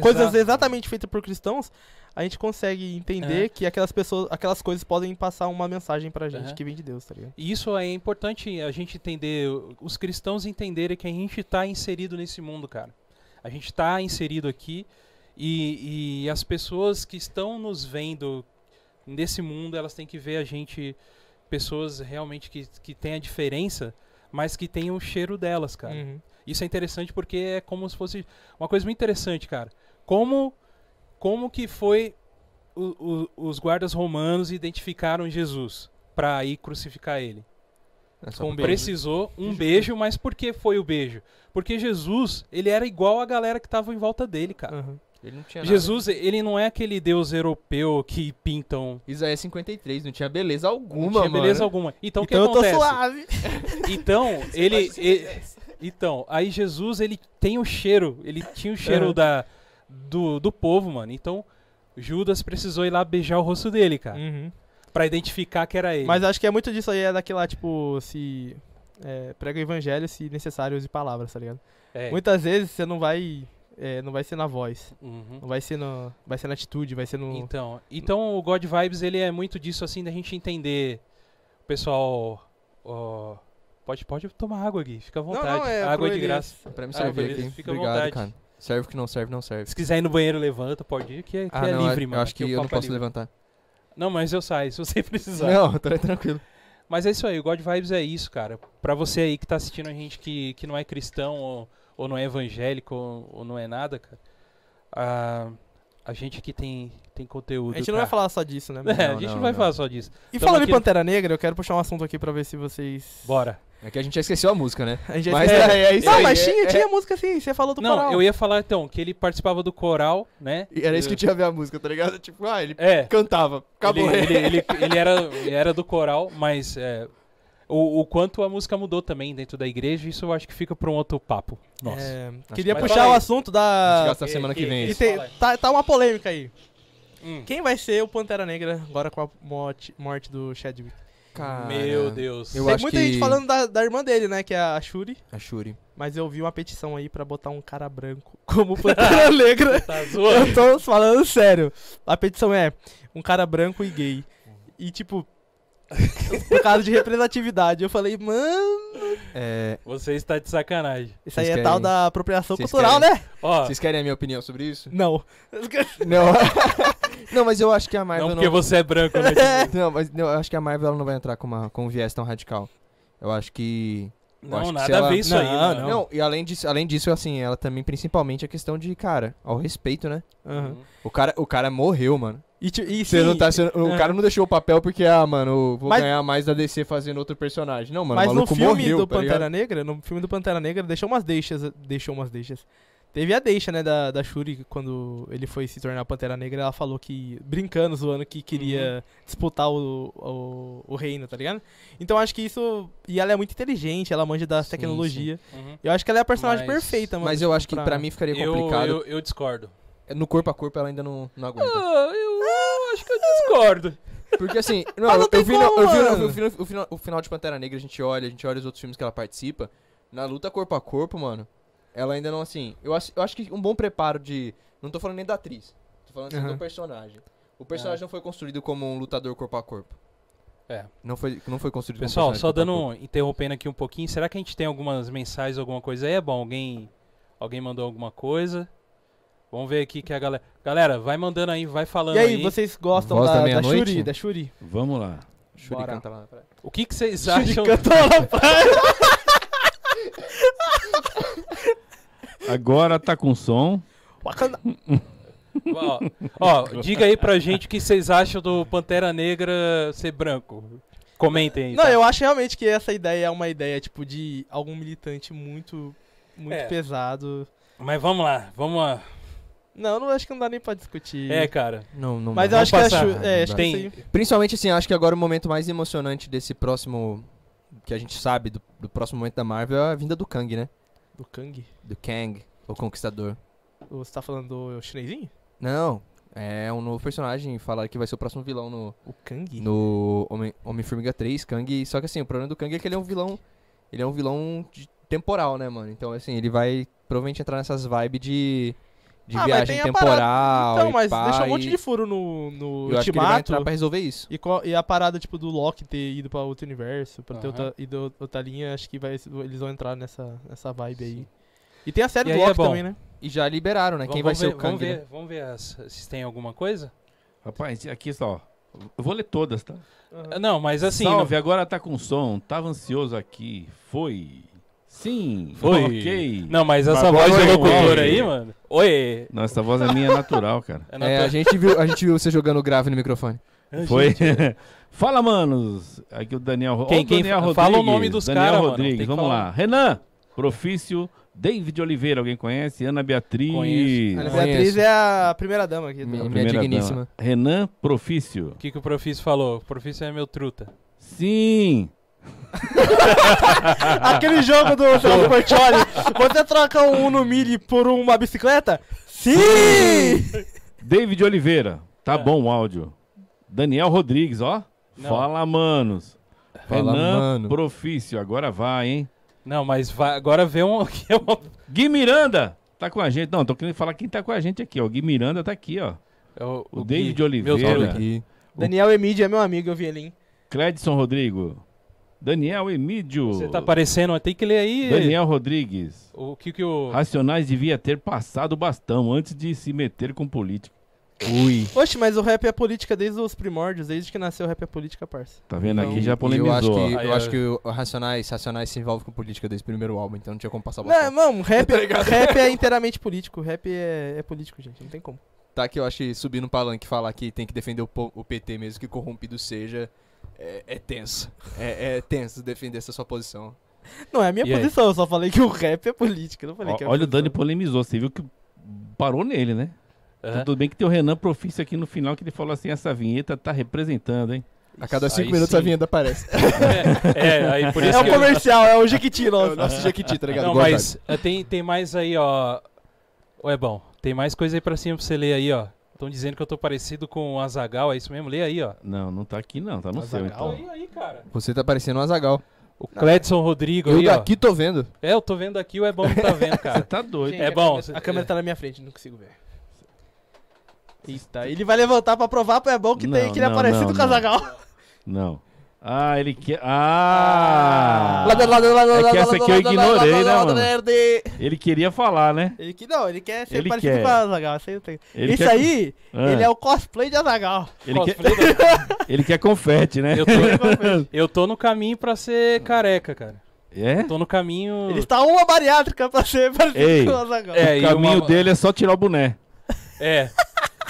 coisas exato. exatamente feitas por cristãos, a gente consegue entender É. que aquelas pessoas, aquelas coisas podem passar uma mensagem pra gente Aham. que vem de Deus, tá ligado? E isso é importante a gente entender, os cristãos entenderem que a gente está inserido nesse mundo, cara. A gente está inserido aqui e, e as pessoas que estão nos vendo nesse mundo, elas têm que ver a gente, pessoas realmente que, que têm a diferença, mas que têm o cheiro delas, cara. Uhum. Isso é interessante porque é como se fosse uma coisa muito interessante, cara. Como como que foi o- o- os guardas romanos identificaram Jesus pra ir crucificar ele? É só Com pra- beijo. Precisou um beijo, mas por que foi o beijo? Porque Jesus, ele era igual a galera que tava em volta dele, cara. Aham. Ele não tinha É nada. Jesus, ele não é aquele deus europeu que pintam Isaías 53, não tinha beleza alguma, não tinha mano. beleza alguma. Então, o que Então eu tô acontece? suave. Então, ele, e- Então, aí Jesus, ele tem o cheiro, ele tinha o cheiro Aham. da, do, do povo, mano. Então, Judas precisou ir lá beijar o rosto dele, cara, Uhum. pra identificar que era ele. Mas acho que é muito disso aí, é daquela, tipo, se. É, prega o evangelho se necessário use palavras, tá ligado? é. Muitas vezes você não vai. é, não vai ser na voz. Uhum. Não vai ser no. Vai ser na atitude, vai ser no. Então, então o God Vibes, ele é muito disso, assim, da gente entender. O pessoal, ó, pode, pode tomar água aqui, fica à vontade. é água é pro de Elias. graça. Pra me Ah, servir beleza, aqui. fica à Obrigado, vontade. cara. Serve o que não serve, não serve. Se quiser ir no banheiro, levanta, pode ir, que, é- que ah, é não, livre, eu mano. acho que aqui o eu não papo é posso livre. levantar. Não, mas eu saio, se você (laughs) precisar. Não, tá tranquilo. Mas é isso aí, o God Vibes é isso, cara. Pra você aí que tá assistindo a gente que, que não é cristão ou, ou não é evangélico ou, ou não é nada, cara. A, a gente aqui tem, tem conteúdo. A gente não vai (laughs) cara. falar só disso, né? É, tá. Não, a gente não, não, vai não. falar só disso. E Tamo falando aqui em no- Pantera Negra, eu quero puxar um assunto aqui pra ver se vocês. Bora. É que a gente já esqueceu a música, né? (laughs) A gente já Mas esqueceu. é, é isso Não, aí, mas é- tinha, é- tinha música sim, você falou do não, coral. eu ia falar então que ele participava do coral, né? E é, Era isso que tinha a ver a música, tá ligado? Tipo, ah, ele É. cantava. Acabou. Ele, ele, ele, ele era, ele era do coral, mas é, o, o quanto a música mudou também dentro da igreja, isso eu acho que fica pra um outro papo. Nossa. É, queria Mas puxar fala o aí. assunto A gente da. gasta a semana que vem. e- E é isso. tem- Fala aí. tá, tá uma polêmica aí. Hum. Quem vai ser o Pantera Negra agora com a morte, morte do Chadwick? (laughs) Cara, Meu Deus. Ah, Eu Tem acho muita que- gente falando da, da irmã dele, né? Que é a Shuri. A Shuri. Mas eu vi uma petição aí pra botar um cara branco como (laughs) Pantera Negra. Tá zoando. eu tô falando sério. A petição é um cara branco e gay. E tipo. (laughs) por causa de representatividade. Eu falei, mano, É, Você está de sacanagem. isso aí Vocês é tal querem- da apropriação vocês cultural, querem- né? Ó, Vocês querem a minha opinião sobre isso? Não. (laughs) (laughs) Não. (laughs) não, mas eu acho que a Marvel não não. porque você é branco, né? (laughs) (laughs) Não, mas não, eu acho que a Marvel ela não vai entrar com, uma, com um viés tão radical. Eu acho que. Eu acho Não, nada que se a ela- ver isso aí. Não, Não, Não, e além disso, além disso, assim, ela também, principalmente, a questão de, cara, ao respeito, né? Aham. O cara, o cara morreu, mano. E, ti- e Você não sim, tá, você- é. o cara não deixou o papel porque, ah, mano, eu vou Mas- ganhar mais da DC fazendo outro personagem. Não, mano, Mas o no maluco filme morreu, do tá ligado? Pantera Negra, no filme do Pantera Negra, deixou umas deixas. Deixou umas deixas. Teve a deixa, né, da, da Shuri, quando ele foi se tornar Pantera Negra, ela falou que, brincando, zoando, que queria Uhum. disputar o, o, o reino, tá ligado? Então acho que isso. E ela é muito inteligente, ela manja da Sim, tecnologia. Eu acho que ela é a personagem Mas- perfeita, mano. Mas eu acho que pra- pra mim ficaria Uhum. Eu, complicado. eu- eu discordo. No corpo a corpo ela ainda não, (laughs) não aguenta. Ah, eu acho que eu discordo. Porque assim, não, Mas não eu- tem eu vi no- como, eu vi no- mano. eu vi no- o final- o final de Pantera Negra, a gente olha, a gente olha os outros filmes que ela participa. Na luta corpo a corpo, mano, ela ainda não, assim. Eu acho, eu acho que um bom preparo de. Não tô falando nem da atriz, tô falando assim, Aham. É. do personagem. O personagem não foi construído como um lutador corpo a corpo. É. Não foi, não foi construído como um Pessoal, personagem só corpo a dando corpo. um- interrompendo aqui um pouquinho, será que a gente tem algumas mensagens, alguma coisa aí? É bom, alguém, alguém mandou alguma coisa? Vamos ver aqui que a galera. Galera, vai mandando aí, vai falando E aí, vocês gostam Voz da da, da, meia-noite? Shuri? Da Shuri? Vamos lá. Shuri Bora. canta lá na praia. O que, que vocês Shuri acham? cantou lá (laughs) na praia. Agora tá com som. Wakanda. Ó, ó, diga aí pra gente o que vocês acham do Pantera Negra ser branco. Comentem aí. Não, tá? eu acho realmente que essa ideia é uma ideia, tipo, de algum militante muito, muito É. pesado. Mas vamos lá, vamos lá. Não, não acho que não dá nem pra discutir. É, cara. Não, não Mas dá. eu acho que Vamos acho, passar. é, acho que Tem- isso aí- Principalmente assim, acho que agora o momento mais emocionante desse próximo. Que a gente sabe do, do próximo momento da Marvel é a vinda do Kang, né? Do Kang? Do Kang, o Conquistador. Você tá falando do chinesinho? Não, é um novo personagem. Falaram que vai ser o próximo vilão no, O Kang? no Homem- Homem-Formiga 3, Kang. Só que assim, o problema do Kang é que ele é um vilão. Ele é um vilão de- temporal, né, mano? Então, assim, ele vai provavelmente entrar nessas vibes de. De Ah, mas viagem tem a temporal. Então, e mas pá, deixou um monte e- de furo no, no Eu acho que ele vai ultimato. entrar pra resolver isso. E, qual- e a parada, tipo, do Loki ter ido pra outro universo, pra ter Aham. outra, ido outra linha, acho que vai- eles vão entrar nessa, nessa vibe aí. E tem a série E do aí é Loki bom. também, né? E já liberaram, né? Vamos- Quem vai vamos ser ver- o Kang. Vamos ver, né? vamos ver as- se tem alguma coisa. Rapaz, aqui só. Eu vou ler todas, tá? Ah, Não, mas assim. Salve, agora tá com som. Tava ansioso aqui. Foi. Sim. Foi. Ok. Não, não, mas essa Mas voz vai, do vai, locutor vai. aí, mano. Oi. Nossa, essa voz é minha é natural, cara. É É, natural. a gente, viu, a gente viu você jogando grave no (laughs) microfone. Foi. (laughs) Fala, manos. Aqui o Daniel, Ro- é. Quem- Ó, o quem Daniel fa- Rodrigues. fala o nome dos Daniel cara, mano, Rodrigues, tem que vamos falar. lá. Renan, Profício, David Oliveira, alguém conhece? Ana Beatriz. Conheço. A Não Beatriz conheço. é a primeira dama aqui. Minha, Do... minha A primeira digníssima. dama. Renan Profício. O que, que o Profício falou? O Profício é meu truta. Sim. Aquele jogo do Celso Portioli. Você troca um Uno Mille por uma bicicleta? Sim! David Oliveira. Tá bom o áudio. Daniel Rodrigues, ó. É. Não. Fala, manos. Fala, Renan mano. Profício, agora vai, hein? Não, mas vai- agora vê um. que é uma- Gui Miranda tá com a gente. Não, tô querendo falar quem tá com a gente aqui, ó. O Gui Miranda tá aqui, ó. é o, O David Gui, meu Oliveira. truta. Aqui. Daniel Emídio é meu amigo, eu vi ele, hein? Cledson Rodrigo. Daniel Emídio. Você tá aparecendo, tem que ler aí. Daniel Rodrigues. O que que o. Racionais devia ter passado o bastão antes de se meter com político. Ui. Oxe, mas o rap é política desde os primórdios, desde que nasceu o rap é política, parça. Tá vendo? Não, Aqui já Eu acho polemizou. que, Aí, eu ó. acho que o Racionais, Racionais se envolve com política desde o primeiro álbum, então não tinha como passar o Não, bastão. mano, rap, rap é inteiramente político. Rap é, é político, gente. Não tem como. Tá que eu acho que subir no palanque e falar que tem que defender o, po- o PT mesmo que corrompido seja, é, é tenso. É, é tenso defender essa sua posição. Não, é a minha E aí? posição. Eu só falei que o rap é política. eu Não falei Ó, que é olha o posição. Dani polemizou. Você viu que parou nele, né? Aham. Tudo bem que tem o Renan Profício aqui no final que ele falou assim: essa vinheta tá representando, hein? A cada Isso, cinco aí minutos a sim. vinheta (laughs) aparece. (laughs) É, é, aí por isso um É que o eu- comercial, é o Jequiti É o nosso. nosso Jequiti, tá ligado? Não, Guardado. mas é, tem, tem mais aí, ó. Ué, bom, tem mais coisa aí pra cima pra você ler aí, ó. Estão dizendo que eu tô parecido com o Azagal, é isso mesmo? Lê aí, ó. Não, não tá aqui não, tá no seu Azaghal? então. aí, cara. Você tá parecendo um Azagal. O Cledson Rodrigo Eu aí, ó. daqui tô vendo. É, eu tô vendo aqui, o é bom que tá vendo, cara. Tá doido. Gente, É a bom, câmera- cê- A câmera tá na minha frente, não consigo ver. Eita, ele vai levantar pra provar pro é bom que, tem, Não, que ele é não, parecido não, com o não. Casagal. Não. Ah, ele quer. Ah! É que essa aqui eu ignorei, (laughs) né, mano? Ele queria falar, né? Ele que não, ele quer ser Ele parecido quer. com o Azagal. Isso aí, eu tenho. Ele Isso quer- aí Ah, ele é o cosplay de Azagal. (laughs) ele quer, Cosplay da- ele quer confete, né? eu, tô, (laughs) eu tô no caminho pra ser careca, cara. É? Eu tô no caminho. Ele está uma bariátrica pra ser (laughs) parecido Ei. com o Azagal. É, o e caminho uma- dele é só tirar o boné. É.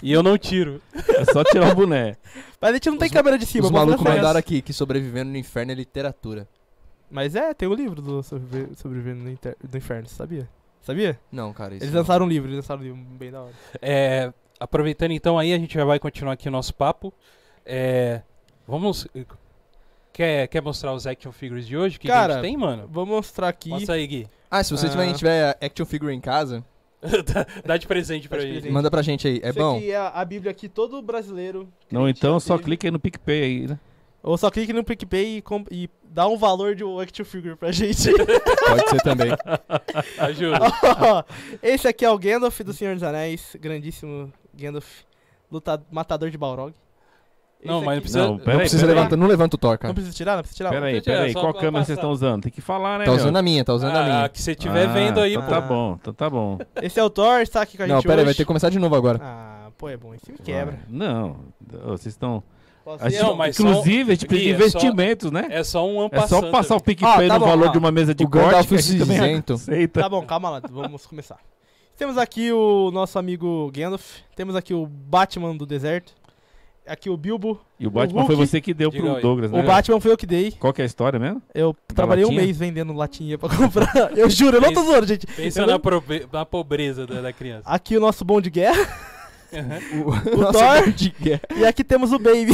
E eu não tiro. É só (laughs) tirar o boné. Mas a gente não tem Os- câmera de cima, Os pode malucos fazer. mandaram aqui que sobrevivendo no inferno é literatura. Mas é, tem o livro do Sobrevi- Sobrevivendo no, Inter- do Inferno, você sabia? Sabia? Não, cara, isso Eles não. lançaram um livro, eles lançaram um livro bem da hora. É, aproveitando então aí, a gente já vai continuar aqui o nosso papo. É, vamos. Quer, quer mostrar os action figures de hoje? O Que, que a Cara, gente tem, mano? Vou mostrar aqui. Mostra aí, Gui. Ah, se você Ah. tiver, tiver action figure em casa, Dá- Dá de presente pra Dá de ele. presente. manda pra gente aí. É Isso bom? aqui (laughs) é a, a Bíblia que todo brasileiro. Não, então só clica. clica aí no PicPay aí, né? Ou só clique no PicPay e, comp- e dá um valor de um action figure pra gente. Pode ser também. Ajuda. Ó, (laughs) Esse aqui é o Gandalf do Senhor dos Anéis, grandíssimo Gandalf, luta- matador de Balrog. Esse Não, mas não aqui- precisa. Não, não peraí, precisa peraí. levantar, não levanta o Thor, cara. Não precisa tirar, não precisa tirar. Tá, Peraí, Deixa eu peraí. só Qual pra câmera vocês passar. estão usando? Tem que falar, né? Tá meu? usando a minha, tá usando a Ah, minha. que você tiver Ah, vendo aí, então pô. Tá bom, então tá bom. Esse é o Thor, está aqui com a Não, gente pera aí, vai hoje. ter que começar de novo agora. Ah, pô, é bom, esse me quebra. Vai. Não, ô, vocês estão. Posso a ir? gente- Não, mas só- Inclusive, a gente precisa de Gui, é só- investimentos, né? É só um É só ampassando. passar o Ah, PicPay tá no bom, valor ó. de uma mesa de O tá Gandalf corte que a gente também é. (laughs) cinzento. aceita. Tá bom, calma lá, vamos começar. Temos aqui o nosso amigo Gandalf, temos aqui o Batman do deserto, Aqui o Bilbo. E o Batman foi Hulk- você que deu Diga pro aí. Douglas, né? O Batman foi eu que dei. Qual que é a história mesmo? Eu trabalhei um latinha? mês vendendo latinha pra comprar. (laughs) Eu juro, eu não tô Pensa- zoando, gente. Pensa Eu na, não- probe- na pobreza da, da criança. Aqui o nosso bom de guerra. O, O Thor. E aqui temos o Baby.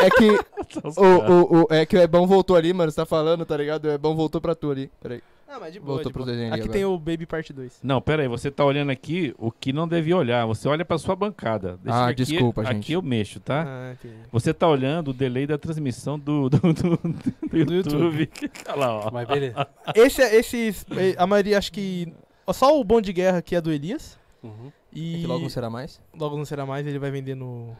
É que (laughs) (laughs) o, o, o- é que o Ebão voltou ali, mano. Você tá falando, tá ligado? O Ebão voltou pra tu ali. Peraí. Não, mas de boa, Voltou de pro boa. desenho ali Aqui agora. tem o Baby Parte 2. Não, pera aí, você tá olhando aqui o que não devia olhar. Você olha pra sua bancada. Deixa Ah, que aqui- desculpa, aqui gente. eu mexo, tá? Ah, entendi. Você tá olhando o delay da transmissão do, do, do, do YouTube. Olha lá, ó. Mas beleza. Esse, esses, eh, a maioria, acho que. ó, Só o bom de guerra que é do Elias. Uhum. E É Que logo não será mais. logo não será mais, ele vai vender no.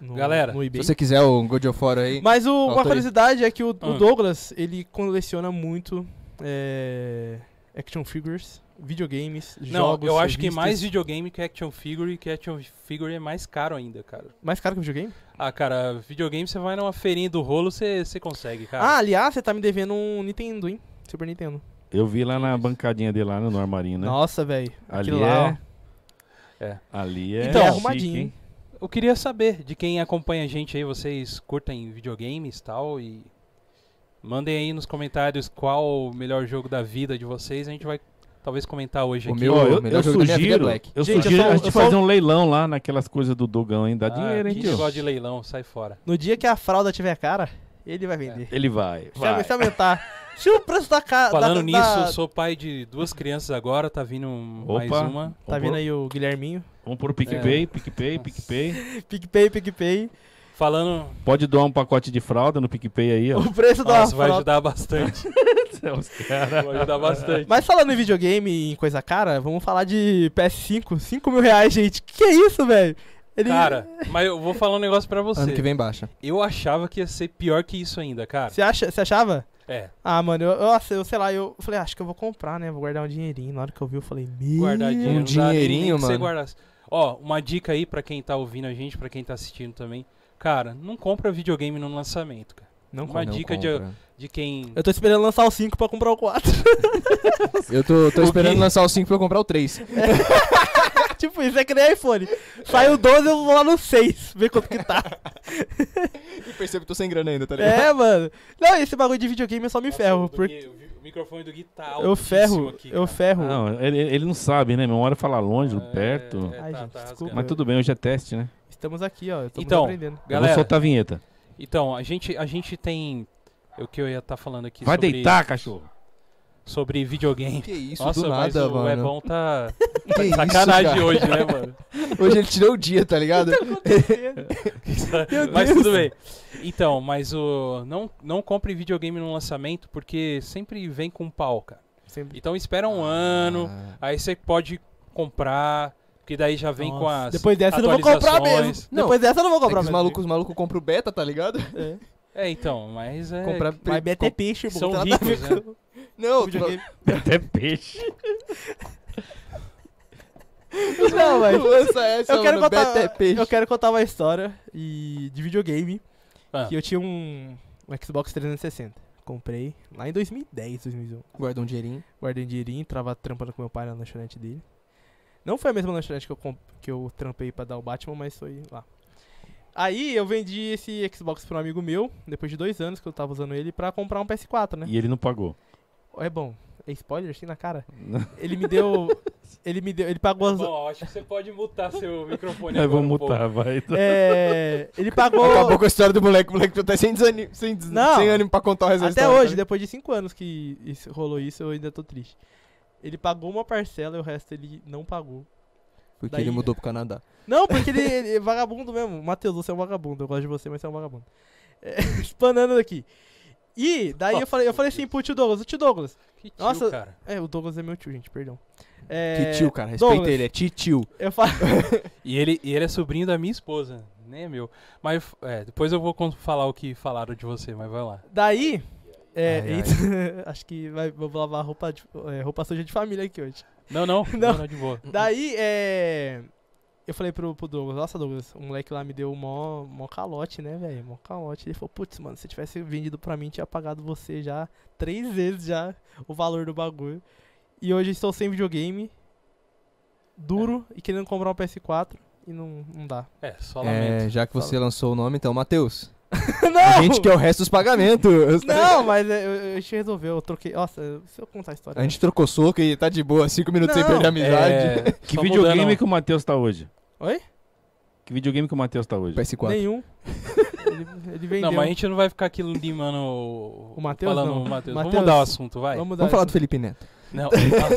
no Galera, no eBay. Se você quiser o God of War aí. Mas o- uma Autoriza. curiosidade é que o, o Ah. Douglas, ele coleciona muito eh, action figures, videogames, Não, jogos. eu acho que revistas. mais videogame que action figure, que action figure é mais caro ainda, cara. Mais caro que videogame? Ah, cara, videogame você vai numa feirinha do rolo, você você consegue, Ah, cara. aliás, você tá me devendo um Nintendo, hein? Super Nintendo. Eu vi lá na bancadinha dele, lá no armarinho, né? Nossa, velho. ali Aquilo lá, ó. é... É. Ali é. Então, chique, arrumadinho, hein? Eu queria saber de quem acompanha a gente aí, vocês curtem videogames e tal, e mandem aí nos comentários qual o melhor jogo da vida de vocês, a gente vai talvez comentar hoje O aqui. meu- Ó, o eu, melhor eu jogo da minha vida é sugiro, Black. eu Gente, eu sugiro só- a gente eu só- fazer um leilão lá naquelas coisas do Dogão, hein? Dá Ah, dinheiro, hein, que tio? negócio de leilão, sai fora. No dia que a fralda tiver cara, ele vai vender. Ele vai. Se, a- vai. se tá aumentar. se o preço da cara. É. Falando da, Tá nisso, da- eu sou pai de duas crianças agora, tá vindo um- mais Opa. uma. Tá Vamos vindo pôr- aí o Guilherminho. Vamos pôr o PicPay, PicPay, PicPay. PicPay, PicPay. Falando, Pode doar um pacote de fralda no PicPay aí, ó. O preço da nossa, Ah, vai fralda. ajudar bastante. (laughs) Os cara. vai ajudar bastante. Mas falando em videogame e em coisa cara, vamos falar de PS5. 5 mil reais, gente. Que é isso, velho? Ele- Cara, mas eu vou falar um negócio pra você. Ano que vem baixa. Eu achava que ia ser pior que isso ainda, cara. Você acha, você achava? É, Ah, mano, eu, eu- nossa, eu sei lá, eu falei, "Ah, acho que eu vou comprar, né? Vou guardar um dinheirinho. Na hora que eu vi, eu falei, meu. guardar dinheiro. não dá nem- nem dinheirinho, que você mano. guardasse. Ó, uma dica aí pra quem tá ouvindo a gente, pra quem tá assistindo também. Cara, não compra videogame no lançamento, cara. Não uma Não dica de, compra. de quem. Eu tô esperando lançar o 5 pra comprar o 4. Eu tô, tô O esperando quê? lançar o 5 pra eu comprar o 3. (laughs) tipo, isso é que nem iPhone. Saiu 12, eu vou lá no 6, ver quanto que tá. E percebo que tô sem grana ainda, tá é, mano. Não, esse bagulho de videogame eu só me ferro. Porque O microfone do Gui tá eu ferro, eu ferro. Ah, Não, ele, ele não sabe, né? Memória fala longe, É, perto. Ai, tá, gente, desculpa. Mas tudo bem, hoje é teste, né? Estamos aqui, ó. Estamos Então, aprendendo. (laughs) Eu vou Galera, soltar a vinheta. então, a gente, a gente tem. O que eu ia estar falando aqui Vai sobre, deitar, cachorro. sobre videogame. Que isso, Nossa, do mas nada, o é mano. Ebon tá Que isso, sacanagem cara. hoje, né, mano? Hoje ele tirou o dia, tá (laughs) ligado? mas tudo bem. Então, mas o não, não compre videogame no lançamento porque sempre vem com pau, cara. Sempre. Então espera um ano, Ah. aí você pode comprar, porque daí já vem com Nossa, as Depois dessa eu não vou comprar mesmo. atualizações. Não, Depois dessa eu não vou É que comprar os mesmo. malucos, os malucos compram o beta, (laughs) tá ligado? É. É, então, mas é Comprar Mas pre- BT peixe, Tá irmão. são tem nada a ver ricos, com né? é. Não, videogame. (laughs) Até peixe. (laughs) Não, mas- Lança essa, Eu quero, mano. contar, Beta é peixe. eu quero contar uma história e, de videogame. Ah. Que eu tinha um, um Xbox 360. Comprei lá em 2010, 2011. Guarda um dinheirinho. Guardei um dinheirinho, tava trampando com meu pai na lanchonete dele. Não foi a mesma lanchonete que eu, comp- que eu trampei pra dar o Batman, mas foi lá. Aí eu vendi esse Xbox pra um amigo meu, depois de dois anos que eu tava usando ele, pra comprar um PS4, né? E ele não pagou. É bom. É spoiler assim na (laughs) cara? Ele me deu. ele me deu. Ele pagou as. Bom, acho que você pode mutar seu microfone um Eu vou mutar, vai. É, ele pagou. Acabou com a história do moleque, o moleque tá sem desânimo, sem, des- Não. sem ânimo pra contar o resto da Até história, hoje, tá depois de 5 anos que isso- rolou isso, eu ainda tô triste. Ele pagou uma parcela e o resto ele não pagou. ligado? Porque daí- ele mudou pro Canadá. Não, porque ele, ele é vagabundo mesmo. Matheus, você é um vagabundo. Eu gosto de você, mas você é um vagabundo. É, (laughs) espanando aqui. E daí eu falei, eu falei assim pro tio Douglas, o tio Douglas. Que tio, Nossa. cara. É, o Douglas é meu tio, gente, perdão. É, Titio, cara, respeita Douglas. ele, é titio. Eu falo. (laughs) E ele, e ele é sobrinho da minha esposa, nem é meu. Mas é, depois eu vou con- falar o que falaram de você, mas vai lá. Daí. É, Ai, ai. eita, (laughs) acho que vai, vou lavar roupa, de- é, roupa suja de família aqui hoje. Não, não, Não. não, não, de boa. Daí, é. Eu falei pro, pro Douglas, nossa, Douglas, o moleque lá me deu mó, mó calote, né, velho? Mó calote. Ele falou, putz, mano, se tivesse vendido pra mim, tinha pagado você já três vezes já o valor do bagulho. E hoje estou sem videogame, duro e querendo comprar um PS4. e não, (laughs) não dá. É, só É, lamento. já que você lançou o nome, então, Matheus. não! A gente quer o resto dos pagamentos. (laughs) Não, mas é, eu- eu- a gente resolveu, eu troquei. Nossa, se eu contar a história. (laughs) A gente trocou soco e tá de boa, cinco minutos sem Não, perder a amizade. É, Que só videogame mudando- que o Matheus tá hoje? Oi? Que videogame que o Matheus tá É. (laughs) hoje? PS4. Nenhum. (laughs) ele, ele vendeu. Não, mas a gente não vai ficar aqui limando o, O Mateus, falando não. o Matheus. Vamos Mateus, mudar o assunto, vai. Vamos, mudar Vamos falar do isso. Felipe Neto. (laughs) Não,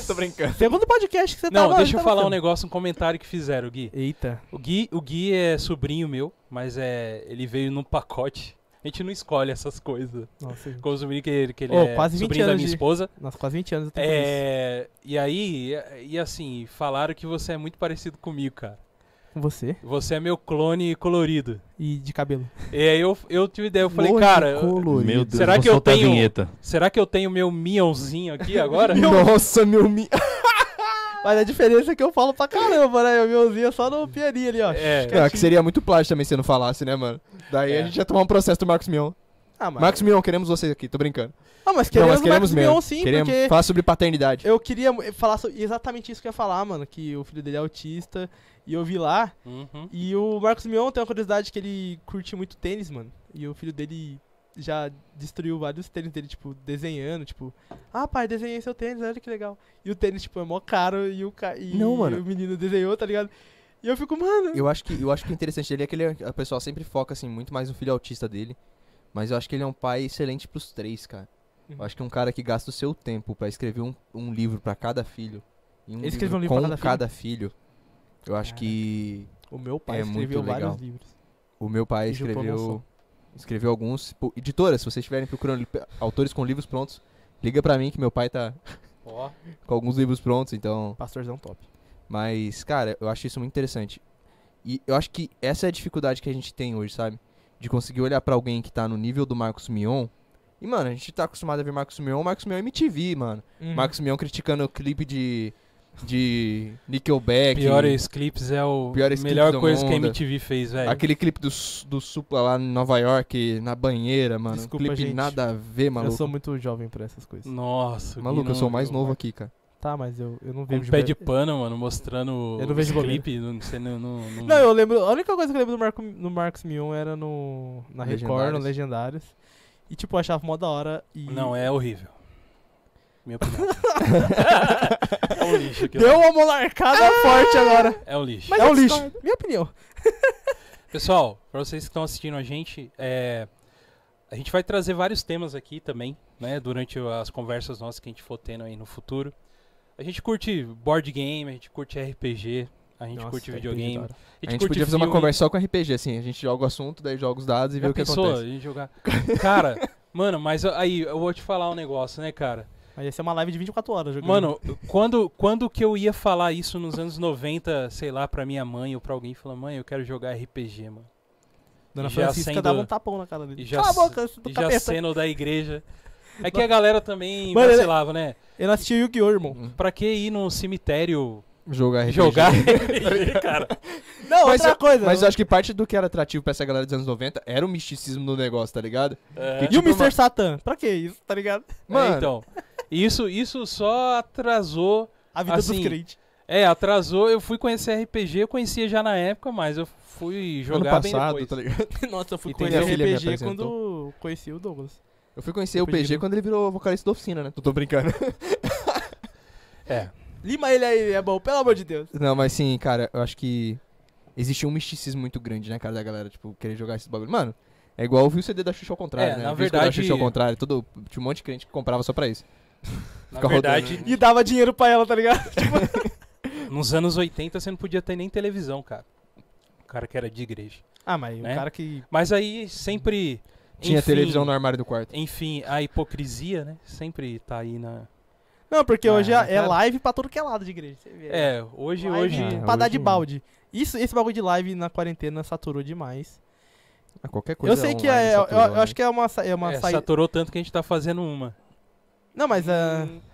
Tô brincando. Segundo podcast que você Não, tava- deixa eu tava falar um tendo. negócio, um comentário que fizeram, Gui. Eita. O Gui, o Gui é sobrinho meu, mas é ele veio num pacote. A gente não escolhe essas coisas. Nossa, gente. Ficou o sobrinho que ele, que ele Ô, é quase 20 sobrinho da anos minha de- esposa. Nossa, quase 20 anos eu tenho isso. É, e aí, e, e assim, falaram que você é muito parecido comigo, cara. com você. Você é meu clone colorido. E de cabelo. E aí eu, eu tive ideia, eu falei, cara, eu- (laughs) Meu Deus, Será vou que eu soltar a tenho- vinheta. será que eu tenho meu mionzinho aqui (laughs) agora? Nossa, meu mi... Mas a diferença é que eu falo pra caramba, né? O meuzinho é só no pianinho ali, ó. É. Cara, Ah, que seria muito plástico também se eu não falasse, né, mano? Daí É. a gente ia tomar um processo do Marcos Mion. Ah, mas... Marcos Mion, queremos você aqui, tô brincando. Ah, mas Não, queremos, mas o Marcos queremos mesmo. Mion, sim, queremos. porque... Fala sobre paternidade. Eu queria mu- falar so- exatamente isso que eu ia falar, mano. Que o filho dele é autista. E eu vi lá. Uhum. E o Marcos Mion tem uma curiosidade que ele curte muito tênis, mano. E o filho dele já destruiu vários tênis dele, tipo, desenhando, tipo, ah, pai, desenhei seu tênis, olha que legal. E o tênis, tipo, é mó caro e o, ca... e Não, mano. o menino desenhou, tá ligado? E eu fico, mano. Eu acho que eu acho que o interessante dele é que ele é- o pessoal sempre foca assim muito mais no filho autista dele, mas eu acho que ele é um pai excelente pros três, cara. Uhum. Eu acho que é um cara que gasta o seu tempo pra escrever um, um livro pra cada filho. E um Ele escreveu um livro livro com pra cada filho? filho. Eu acho Caraca. que O meu pai É escreveu muito vários legal. livros. o meu pai E juntou num escreveu só. escreveu alguns, pô, editoras, se vocês estiverem procurando li- autores com livros prontos, liga pra mim que meu (laughs) pai tá Ó, (laughs) com alguns livros prontos, então Pastorzão top. Mas, cara, eu acho isso muito interessante. E eu acho que essa é a dificuldade que a gente tem hoje, sabe? De conseguir olhar pra alguém que tá no nível do Marcos Mion. E, mano, a gente tá acostumado a ver Marcos Mion, Marcos Mion é MTV, mano. Uhum. Hum. Marcos Mion criticando o clipe de. de. Nickelback. piores clipes é o Piores clipes melhor do coisa que a mundo. MTV fez, velho. Aquele clipe do, Su- do Supla lá em Nova York, na banheira, mano. Um Desculpa, clipe gente. nada a ver, Eu maluco. sou muito jovem pra essas coisas. Nossa, o Gui Maluco, eu não- sou o mais não- novo aqui, cara. Tá, mas eu, eu não Com vejo. um pé de- de pano, mano, mostrando Eu não o vejo bobeira. clipe. Não, você não, não, não- Não, eu lembro. A única coisa que eu lembro do, Marco, do Marcos Mion era no. Na Record, no Legendários. Legendários. E, tipo, eu achava mó da hora. E... Não, (laughs) é horrível. Minha (laughs) opinião. é um lixo aquilo. Deu uma molarcada forte agora. É um lixo. Ah! Mas É um eu lixo. discordo. Minha opinião. Pessoal, pra vocês que estão assistindo a gente, é, a gente vai trazer vários temas aqui também, né? Durante as conversas nossas que a gente for tendo aí no futuro. A gente curte board game, a gente curte RPG, a gente é curte videogame. é A gente, podia fazer uma filme. conversa só com RPG, assim. A gente joga o assunto, daí joga os dados e vê Já o que pensou acontece. a gente jogar? Cara, mano, mas aí, eu vou te falar um negócio, né, cara? Aí ia ser uma live de 24 horas Uhum. jogando. Mano, quando, quando que eu ia falar isso nos anos 90, sei lá, pra minha mãe ou pra alguém, falando, mãe, eu quero jogar RPG, mano. Dona já Francisca sendo- dava um tapão na cara dele. e já Cala a se- boca, você tá E já cabeça. sendo da (laughs) igreja. É que a galera também Mano, vacilava, é né? Eu não assisti Yu-Gi-Oh, irmão. Pra que ir num cemitério Hum, Jogar RPG. (laughs) jogar (laughs) RPG, cara? Não, Mas outra eu- coisa. Mas eu acho que parte do que era atrativo pra essa galera dos anos 90 era o misticismo do negócio, tá ligado? É. Que E o tipo, Mr. mano- Satan? Pra que isso, tá ligado? Mano, É, então, isso, isso só atrasou... A vida Assim, dos crentes. É, atrasou. Eu fui conhecer RPG, eu conhesia já na época, mas eu fui ano jogar passado, bem tá depois. ligado? Nossa, eu fui E tem minha conhecer filha me RPG apresentou. quando conheci o Douglas. Eu fui conhecer Depois o PG de- quando ele virou vocalista da oficina, né? Tô, tô brincando. É, Lima ele aí, é bom, pelo amor de Deus. Não, mas sim, cara, eu acho que existia um misticismo muito grande, né, cara, da galera, tipo, querer jogar esse bagulho. Mano, é igual ouvir o CD da Xuxa ao contrário, É, né? na O disco da verdade- Xuxa ao contrário, todo, tinha um monte de crente que comprava só pra isso. na Fica verdade, rodando. E dava dinheiro pra ela, tá (laughs) ligado? Nos anos 80 você não podia ter nem televisão, cara. O cara que era de igreja. Ah, mas Né? o cara que. Mas aí sempre. Tinha enfim, televisão no armário do quarto. Enfim, a hipocrisia, né? Sempre tá aí na. Não, porque Ah, hoje é, é cara. live pra todo que é lado de igreja. Você vê. É, hoje. Live hoje Ah, pra dar hoje de não. balde. Isso, esse bagulho de live na quarentena saturou demais. Ah, qualquer coisa. eu sei que online é, eu, saturou, eu né? acho que é uma, sa- é uma é, saída. saturou tanto que a gente tá fazendo uma. Não, mas é.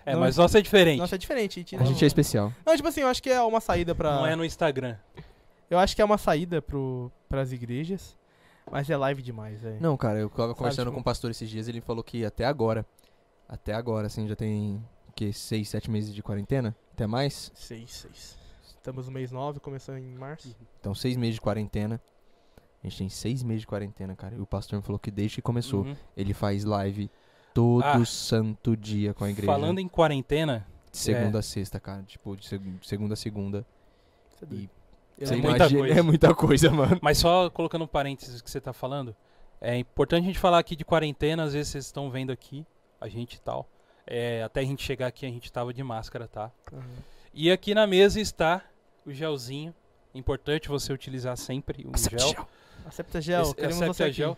É, Não- mas nossa é diferente. Nossa, é diferente. gente A não- gente é especial. Não, tipo assim, eu acho que é uma saída pra. Não é no Instagram. Eu acho que é uma saída pro, pras igrejas. Mas é live demais, velho. Não, cara, eu tava conversando tipo- com o pastor esses dias, ele falou que até agora, até agora, assim, já tem, que, seis, sete meses de quarentena, até mais, Seis, seis. Estamos no mês 9, começou em março. Então, seis meses de quarentena. A gente tem seis meses de quarentena, cara. E o pastor me falou que desde que começou, Uhum. ele faz live todo Ah. santo dia com a igreja. Falando em quarentena, de é. segunda a sexta, cara. Tipo, de seg- segunda a segunda. Isso é doido. E É você muita imagina- coisa. é muita coisa, mano. mas só colocando um parênteses que você tá falando, é importante a gente falar aqui de quarentena, às vezes vocês estão vendo aqui, a gente e tal. É, até a gente chegar aqui, a gente tava de máscara, tá? Aham. E aqui na mesa está o gelzinho. Importante você utilizar sempre o gel. Acepta gel, Esse- queremos acepta você aqui. gel.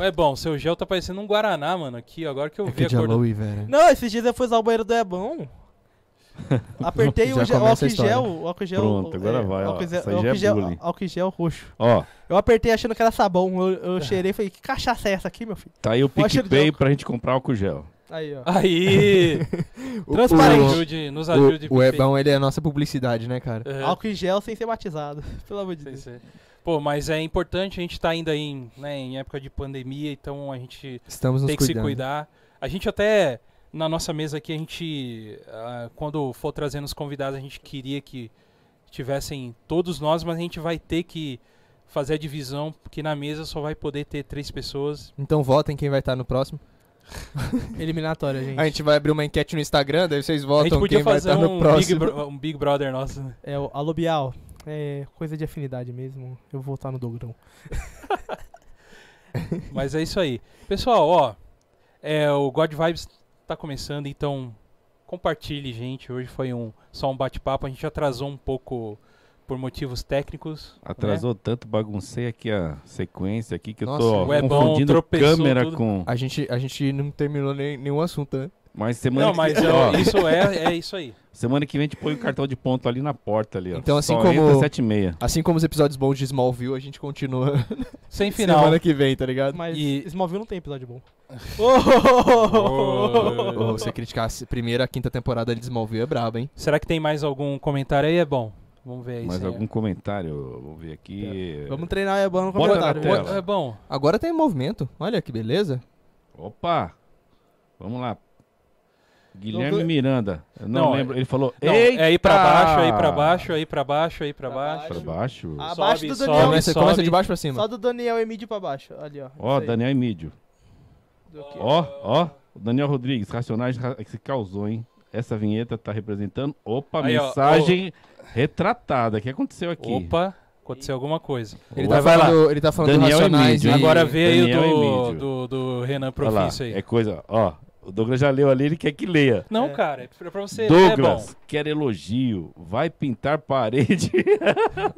É bom, seu gel tá parecendo um Guaraná, mano, aqui, ó, agora que eu É vi que a de cor do... aloe, velho. Não, esses dias eu fui usar o banheiro do Ebon. Apertei Já o, gel, o começa a álcool história. gel, o álcool gel. é, Pronto, agora vai, ó. Álcool gel, Isso aí já álcool é gel, bullying. álcool gel roxo. Ó, Eu apertei achando que era sabão. Eu, eu cheirei e falei, que cachaça é essa aqui, meu filho? tá aí o Ó, cheiro de PicPay álcool. pra gente comprar álcool gel. Aí, ó. Aí! (laughs) O- Transparente. ajude, nos O, ajude. o, o Pipe. Ebão, ele é a nossa publicidade, né, cara? É. Álcool em gel sem ser batizado. (laughs) Pelo amor de Sei, Deus. sei. Pô, mas é importante, a gente tá ainda em, né, em época de pandemia, então a gente Estamos nos tem né? que cuidando. se cuidar. A gente até, na nossa mesa aqui, a gente, ah, quando for trazendo os convidados, a gente queria que tivessem todos nós, mas a gente vai ter que fazer a divisão, porque na mesa só vai poder ter três pessoas. Então votem quem vai estar no próximo. Eliminatória, gente. A gente vai abrir uma enquete no Instagram, daí vocês a gente votam podia quem vai fazer estar no um big, próximo. Bro- um Big Brother nosso. né? É o alobial. É coisa de afinidade mesmo. Eu vou votar no Dogrão. Mas é isso aí. Pessoal, ó, é, o God Vibes tá começando, então compartilhe, gente. Hoje foi um só um bate-papo, a gente atrasou um pouco por motivos técnicos. né? Atrasou tanto, baguncei aqui a sequência aqui que Nossa, eu tô ó, o Ebon confundindo tropeçou câmera tudo. com. A gente, a gente não terminou nem, nenhum assunto, né? Mas semana Não, mas que é, ó, isso é, é isso aí. semana que vem a gente põe o cartão de ponto ali na porta ali, ó. Então, assim Só como- entra sete e meia. Assim como os episódios bons de Smallville, a gente (laughs) continua Sem final. semana que vem, tá ligado? Mas E- Smallville não tem episódio bom. Ou você criticar a primeira a quinta temporada de Smallville é brabo, hein? Será que tem mais algum comentário aí? É bom. Vamos ver aí. Mais se é- algum comentário? Vamos ver aqui. Vamos treinar o Ebon no Bota na comentário. Ô, tela. É bom. Agora tá em movimento. Olha que beleza. Opa! Vamos lá. Guilherme Doutor- Miranda. Eu não, Não, é- lembro. Ele falou. Não, Eita! é aí pra baixo, aí pra baixo, aí pra baixo, aí pra Pra baixo. Pra baixo. baixo? Ah, Sobe, Abaixo do sobe, Daniel. começa, sobe. começa de baixo pra cima. Só do Daniel Emídio pra baixo. Ali, ó. Ó, Isso aí. Daniel Emídio. Do aqui. Ó, ó. o Daniel Rodrigues, Racionais ra- que se causou, hein? Essa vinheta tá representando. Opa, Aí, ó, mensagem retratada. O que aconteceu aqui? Opa, aconteceu alguma coisa. Ele Vai, tá, vai lá. é falando, ele tá falando Daniel racionais. Emílio. e- Agora vê aí Daniel o do, Emílio. do, do Renan Olha lá, Profício aí. É coisa, ó. O Douglas já leu ali, ele quer que leia. Não, É. cara, é pra pra você. Douglas, quer elogio. Vai pintar parede.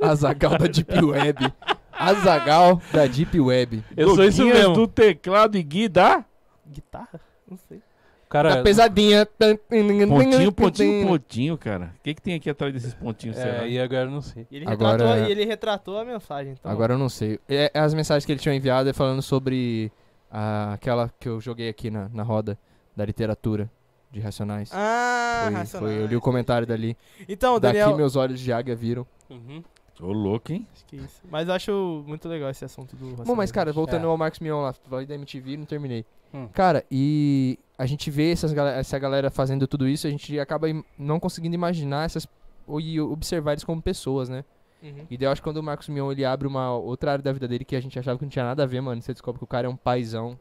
Azagal da Deep (laughs) Web. Azagal da Deep Web. É bom. Eu sou isso Douglas mesmo. do teclado e Gui da... Guitarra? Não sei. Cara, Tá pesadinha. É. Pontinho, pontinho, pontinho, cara. O que, que tem aqui atrás desses pontinhos, será? é, e agora eu não sei. E ele, Agora- retratou, e ele retratou a mensagem. Então, Agora eu não sei. É, é as mensagens que ele tinha enviado é falando sobre a- aquela que eu joguei aqui na, na roda da literatura de Racionais. Ah, Foi- foi, racionais. eu li o comentário dali. Então, Daqui Daniel. meus olhos de águia viram. Uhum. Ô, louco, hein? Acho que é isso. Mas eu acho muito legal esse assunto do racionais. Bom, mas cara, voltando É. ao Marcos Mion lá, falei da MTV e não terminei. Hum. Cara, e a gente vê essas gal- essa galera fazendo tudo isso, a gente acaba im- não conseguindo imaginar essas ou- e observar eles como pessoas, né? Uhum. E daí eu acho que quando o Marcos Mion ele abre uma outra área da vida dele que a gente achava que não tinha nada a ver, mano, você descobre que o cara é um paizão,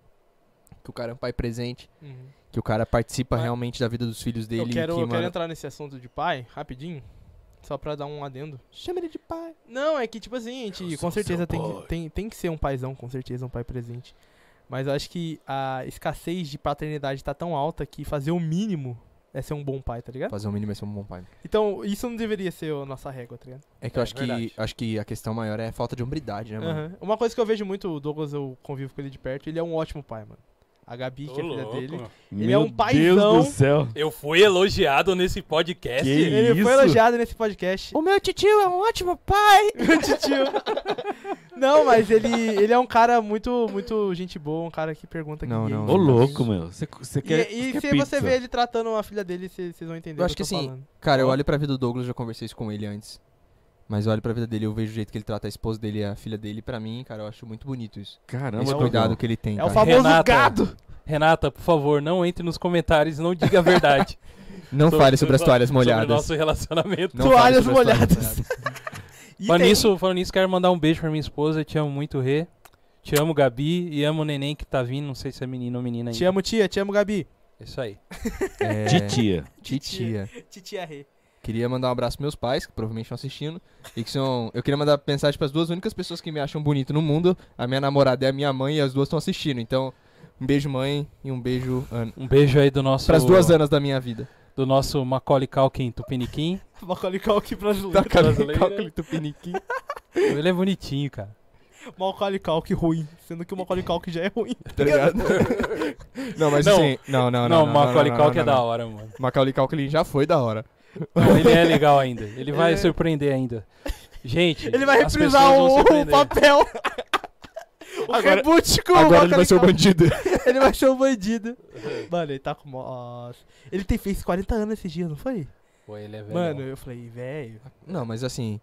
que o cara é um pai presente, Uhum. que o cara participa Mas- realmente da vida dos filhos dele. Eu quero, que, eu quero mano, entrar nesse assunto de pai, rapidinho. Só pra dar um adendo. Chama ele de pai. Não, é que, tipo assim, a gente, com certeza tem que, tem, tem que ser um paizão, com certeza, um pai presente. Mas eu acho que a escassez de paternidade tá tão alta que fazer o mínimo é ser um bom pai, tá ligado? Fazer o mínimo é ser um bom pai. Então, isso não deveria ser a nossa régua, tá ligado? É que eu É, acho verdade. que acho que a questão maior é a falta de hombridade, né, mano? Aham. Uma coisa que eu vejo muito, o Douglas, eu convivo com ele de perto, ele é um ótimo pai, mano. A Gabi, que é filha dele. Ele é Meu um paizão. Deus do céu. Eu fui elogiado nesse podcast. Que Ele foi isso? elogiado nesse podcast. O meu titio é um ótimo pai! Meu titio. Não, mas ele, ele é um cara muito, muito gente boa, um cara que pergunta Não, que não. Ô, louco, meu. Você você E, quer e quer se pizza? você vê ele tratando a filha dele, vocês vão entender Eu o acho que eu que tô assim, falando. Cara, eu olho pra vida do Douglas, eu conversei isso com ele antes. Mas eu olho pra vida dele, eu vejo o jeito que ele trata a esposa dele e a filha dele. Pra mim, cara, eu acho muito bonito isso. Caramba, Esse Douglas. cuidado que ele tem. É o cara. famoso Então, Renata. gado! Renata, por favor, (laughs) não entre nos comentários, não diga a verdade. Não fale sobre as toalhas molhadas. Sobre o nosso relacionamento. Não fale Toalhas sobre as toalhas molhadas. E Falando tem- nisso, falando nisso, quero mandar um beijo pra minha esposa. Te amo muito, Rê. Te amo, Gabi. E amo o neném que tá vindo. Não sei se é menino ou menina ainda. Te amo, tia. Te amo, Gabi. Isso aí. É, (laughs) Titia. Titia. Titia Rê. Queria mandar um abraço pros meus pais, que provavelmente estão assistindo. E que são. Eu queria mandar mensagem pras duas únicas pessoas que me acham bonito no mundo. A minha namorada é a minha mãe e as duas estão assistindo. Então, um beijo, mãe, e um beijo, Ana. Um beijo aí do nosso. Para as duas anos da minha vida. Do nosso Macaulay Culkin Tupiniquim. Macaulay Culkin brasileiro. brasileira. Ele é bonitinho, cara. Macaulay Culkin ruim. Sendo que o Macaulay Culkin já é ruim. Tá ligado? (laughs) não, mas Não. assim. Não, não, Não, não. não, Macaulay não, não, Culkin é não, da não. hora, mano. Macaulay Culkin já foi da hora. Não, ele é legal ainda. Ele vai É. surpreender ainda. Gente, Ele vai as reprisar pessoas vão o, o surpreender. (laughs) papel. o Agora- reboot com Agora ele Macaulay vai ser o Culkin. bandido. Ele vai ser (laughs) o bandido. Mano, ele tá com. Nossa. Ele tem, fez 40 anos esse dia, não foi? Pô, ele é velho. Mano, eu falei, velho. Não, mas assim.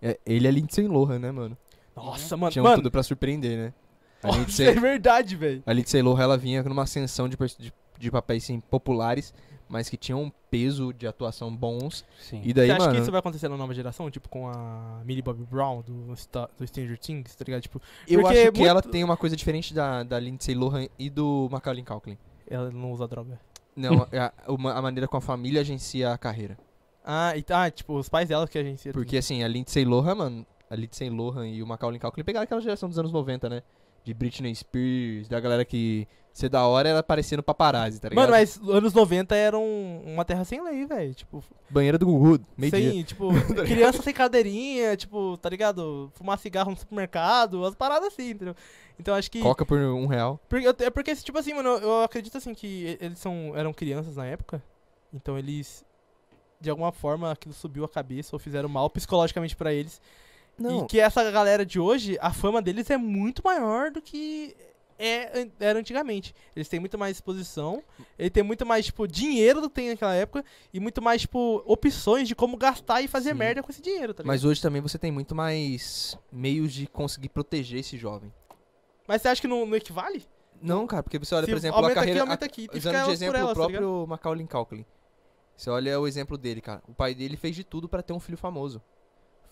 é- ele é Lindsay Lohan, né, mano? Nossa, mano. Tinha um mano, tudo pra surpreender, né? A nossa, é Lindsay, verdade, velho. a Lindsay Lohan, ela vinha numa ascensão de, pers- de, de papéis assim, populares, mas que tinham um peso de atuação bons. Sim. E Você daí, acha mano. que isso vai acontecer na nova geração? Tipo, com a Millie Bobby Brown do, Sta- do Stranger Things, tá ligado? Tipo, Eu Porque acho que muito- ela tem uma coisa diferente da, da Lindsay Lohan e do Macaulay Culkin. ela não usa droga. (laughs) Não, é a, uma- a maneira como a família agencia a carreira. Ah, e, ah tipo, os pais dela que a gente... Porque assim, a Lindsay Lohan, mano, a Lindsay Lohan e o Macaulay Culkin pegaram aquela geração dos anos 90, né? De Britney Spears, da galera que ser da hora era parecendo paparazzi, tá ligado? Mano, mas anos 90 eram uma terra sem lei, velho. Tipo, Banheira do Gugu, meio sem, dia. (laughs) Tá tipo, criança sem cadeirinha, tipo, tá ligado? Fumar cigarro no supermercado, umas paradas assim, entendeu? Então acho que. Coca por um real. Porque, eu te- é porque, tipo assim, mano, eu, eu acredito assim que e- eles são, eram crianças na época. Então eles. De alguma forma aquilo subiu a cabeça ou fizeram mal psicologicamente pra eles. E que essa galera de hoje, a fama deles é muito maior do que é, an- era antigamente. Eles têm muito mais exposição, ele tem muito mais, tipo, dinheiro do que tem naquela época e muito mais, tipo, opções de como gastar e fazer Sim. merda com esse dinheiro, tá ligado? Mas hoje também você tem muito mais meios de conseguir proteger esse jovem. Mas, você acha que não, não equivale? Não, cara, porque você olha, Se por exemplo, a aumenta carreira. aqui, aumenta aqui. Tem que Usando ficar de elas por exemplo elas, o tá ligado? próprio Macaulay Culkin. Você olha o exemplo dele, cara. O pai dele fez de tudo pra ter um filho famoso.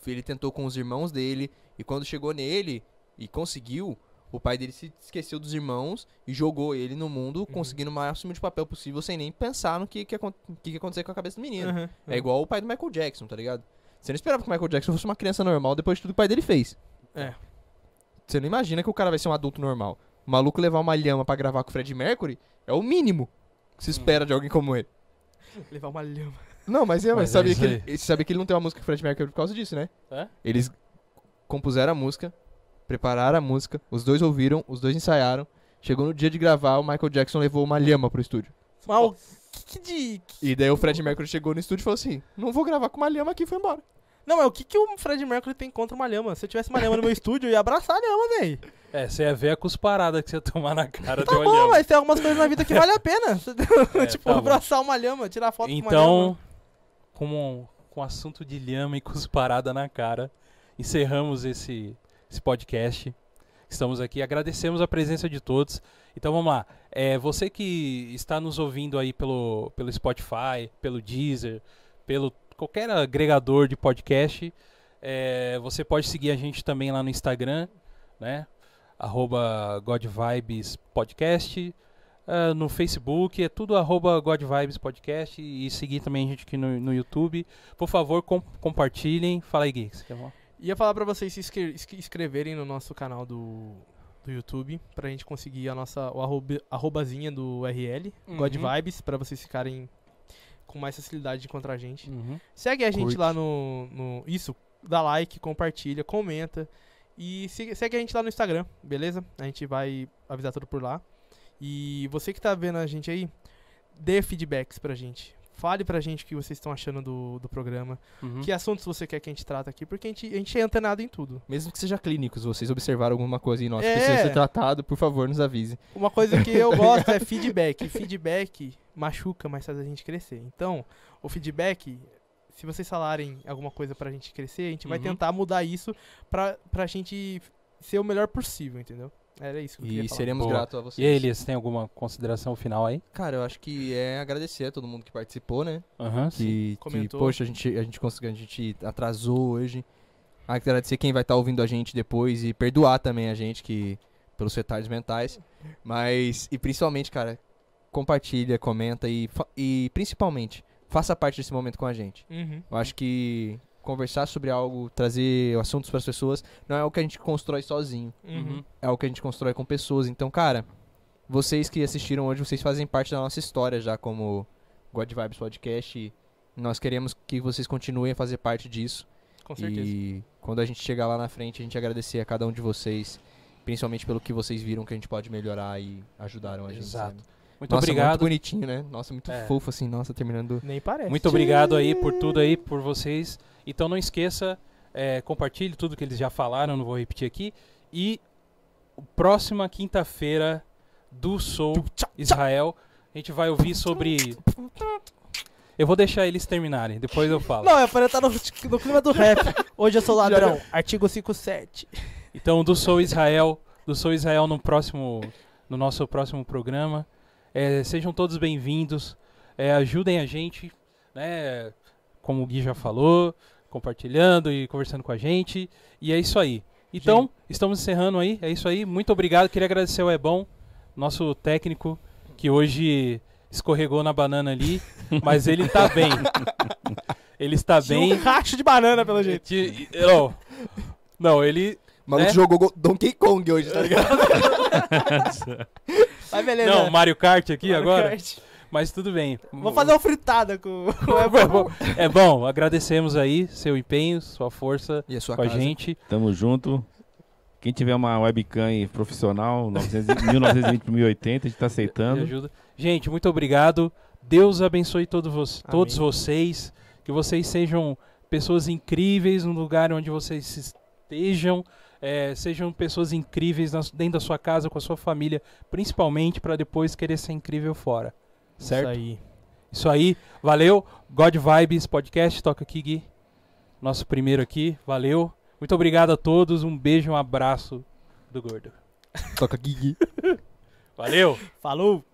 Ele tentou com os irmãos dele e quando chegou nele e conseguiu, o pai dele se esqueceu dos irmãos e jogou ele no Uhum. mundo, conseguindo o máximo de papel possível sem nem pensar no que que, acon- que, que aconteceu com a cabeça do menino. Aham, É aham. igual o pai do Michael Jackson, tá ligado? Você não esperava que o Michael Jackson fosse uma criança normal depois de tudo que o pai dele fez. É. Você não imagina que o cara vai ser um adulto normal. O maluco levar uma lhama pra gravar com o Fred Mercury é o mínimo que se espera de alguém como ele. Levar uma lhama. Não, mas é, mas, Mas é sabia isso que aí. ele, você sabia que ele não tem uma música com o Fred Mercury por causa disso, né? É? Eles compuseram a música, prepararam a música, os dois ouviram, os dois ensaiaram. Chegou no dia de gravar, o Michael Jackson levou uma lhama pro estúdio. Mas o que, que de. E daí o Fred Mercury chegou no estúdio e falou assim: Não vou gravar com uma lhama aqui, e foi embora. Não, mas o que, que o Fred Mercury tem contra uma lhama? Se eu tivesse uma lhama no meu (laughs) estúdio, eu ia abraçar a lhama, véi. É, você ia ver a cusparadas que você ia tomar na cara Tá do bom, olhão. mas tem algumas coisas na vida que vale a (laughs) pena. É, tipo, tá bom. abraçar uma lhama, tirar foto né? Então, com, um, com assunto de lhama e cusparada na cara, encerramos esse, esse podcast. Estamos aqui, agradecemos a presença de todos. Então vamos lá. É, você que está nos ouvindo aí pelo, pelo Spotify, pelo Deezer, pelo qualquer agregador de podcast, é, você pode seguir a gente também lá no Instagram, né? Arroba GodVibes Podcast. Ah, no Facebook, é tudo arroba God Vibes Podcast e e seguir também a gente aqui no, no YouTube. Por favor, com- compartilhem. Fala aí, Geeks. E Ia falar pra vocês se inscre- inscre- inscreverem no nosso canal do, do YouTube, pra gente conseguir a nossa o arroba, arrobazinha do URL, Uhum. God Vibes, pra vocês ficarem com mais facilidade de encontrar a gente. Uhum. Segue a gente Curte. lá no, no- Isso, dá like, compartilha, comenta. E se- segue a gente lá no Instagram, beleza? A gente vai avisar tudo por lá. E você que tá vendo a gente aí, dê feedbacks pra gente. Fale pra gente o que vocês estão achando do, do programa. Uhum. Que assuntos você quer que a gente trata aqui, porque a gente, a gente é antenado em tudo. Mesmo que seja clínico, se vocês observaram alguma coisa em nós É. que precisa ser tratado, por favor, nos avise. Uma coisa (laughs) que eu gosto é feedback. Feedback machuca, mas faz a gente crescer. Então, o feedback, se vocês falarem alguma coisa pra gente crescer, a gente vai Uhum. tentar mudar isso pra, pra gente ser o melhor possível, entendeu? Era isso que eu queria E falar. seremos Boa. gratos a vocês. E aí, Elias, tem alguma consideração final aí? Cara, eu acho que é agradecer a todo mundo que participou, né? Aham, sim. Que, que Comentou. poxa, a gente, a, gente conseguiu, a gente atrasou hoje. Agradecer quem vai estar ouvindo a gente depois e perdoar também a gente que pelos retardos mentais. Mas, e principalmente, cara, compartilha, comenta e, fa- e principalmente, faça parte desse momento com a gente. Uhum. Eu acho que conversar sobre algo, trazer assuntos para as pessoas, não é o que a gente constrói sozinho Uhum. é o que a gente constrói com pessoas. Então, cara, vocês que assistiram hoje, vocês fazem parte da nossa história já como God Vibes Podcast. E nós queremos que vocês continuem a fazer parte disso. Com certeza. E quando a gente chegar lá na frente, a gente agradecer a cada um de vocês, principalmente pelo que vocês viram que a gente pode melhorar e ajudaram a gente. Exato. sabe? Muito Nossa, Muito obrigado. bonitinho, né? Nossa, muito É. fofo assim, nossa, terminando. Nem parece. Muito obrigado aí por tudo aí, por vocês. Então não esqueça, é, compartilhe tudo que eles já falaram, não vou repetir aqui. E próxima quinta-feira do Soul Israel, a gente vai ouvir sobre. Eu vou deixar eles terminarem, depois eu falo. Não, é para estar no, no clima do rap. Hoje eu sou ladrão. Artigo 57. Então, do Sou Israel, do Sou Israel no próximo, no nosso próximo programa. É, sejam todos bem-vindos. É, ajudem a gente, né? Como o Gui já falou, compartilhando e conversando com a gente. E é isso aí. Então, estamos encerrando aí. É isso aí. Muito obrigado. Queria agradecer ao Ebon, nosso técnico, que hoje escorregou na banana ali, mas ele tá bem. Ele está Bem... Tá bem. É. Um cacho de banana, pelo jeito. Te- Não, não ele, O maluco Né? jogou Go- Donkey Kong hoje, (laughs) tá ligado? Mas beleza. Não, Mario Kart aqui Mario agora. Kart. Mas tudo bem. Vou fazer uma fritada (laughs) com com o É Apple. bom, é bom, agradecemos aí seu empenho, sua força E a sua com a casa? gente. Tamo junto. Quem tiver uma webcam aí profissional, (laughs) 900 1920 por 1080, a gente tá Me aceitando. ajuda. Gente, muito obrigado. Deus abençoe todo vo- todos Amém. vocês. Que vocês sejam pessoas incríveis no lugar onde vocês estejam. É, sejam pessoas incríveis nas- dentro da sua casa, com a sua família, principalmente para depois querer ser incrível fora. Certo? Isso aí. Isso aí, valeu. God Vibes Podcast, toca aqui, Gui. Nosso primeiro aqui, valeu. Muito obrigado a todos, um beijo, um abraço do gordo. Toca Gigi. Valeu! Falou.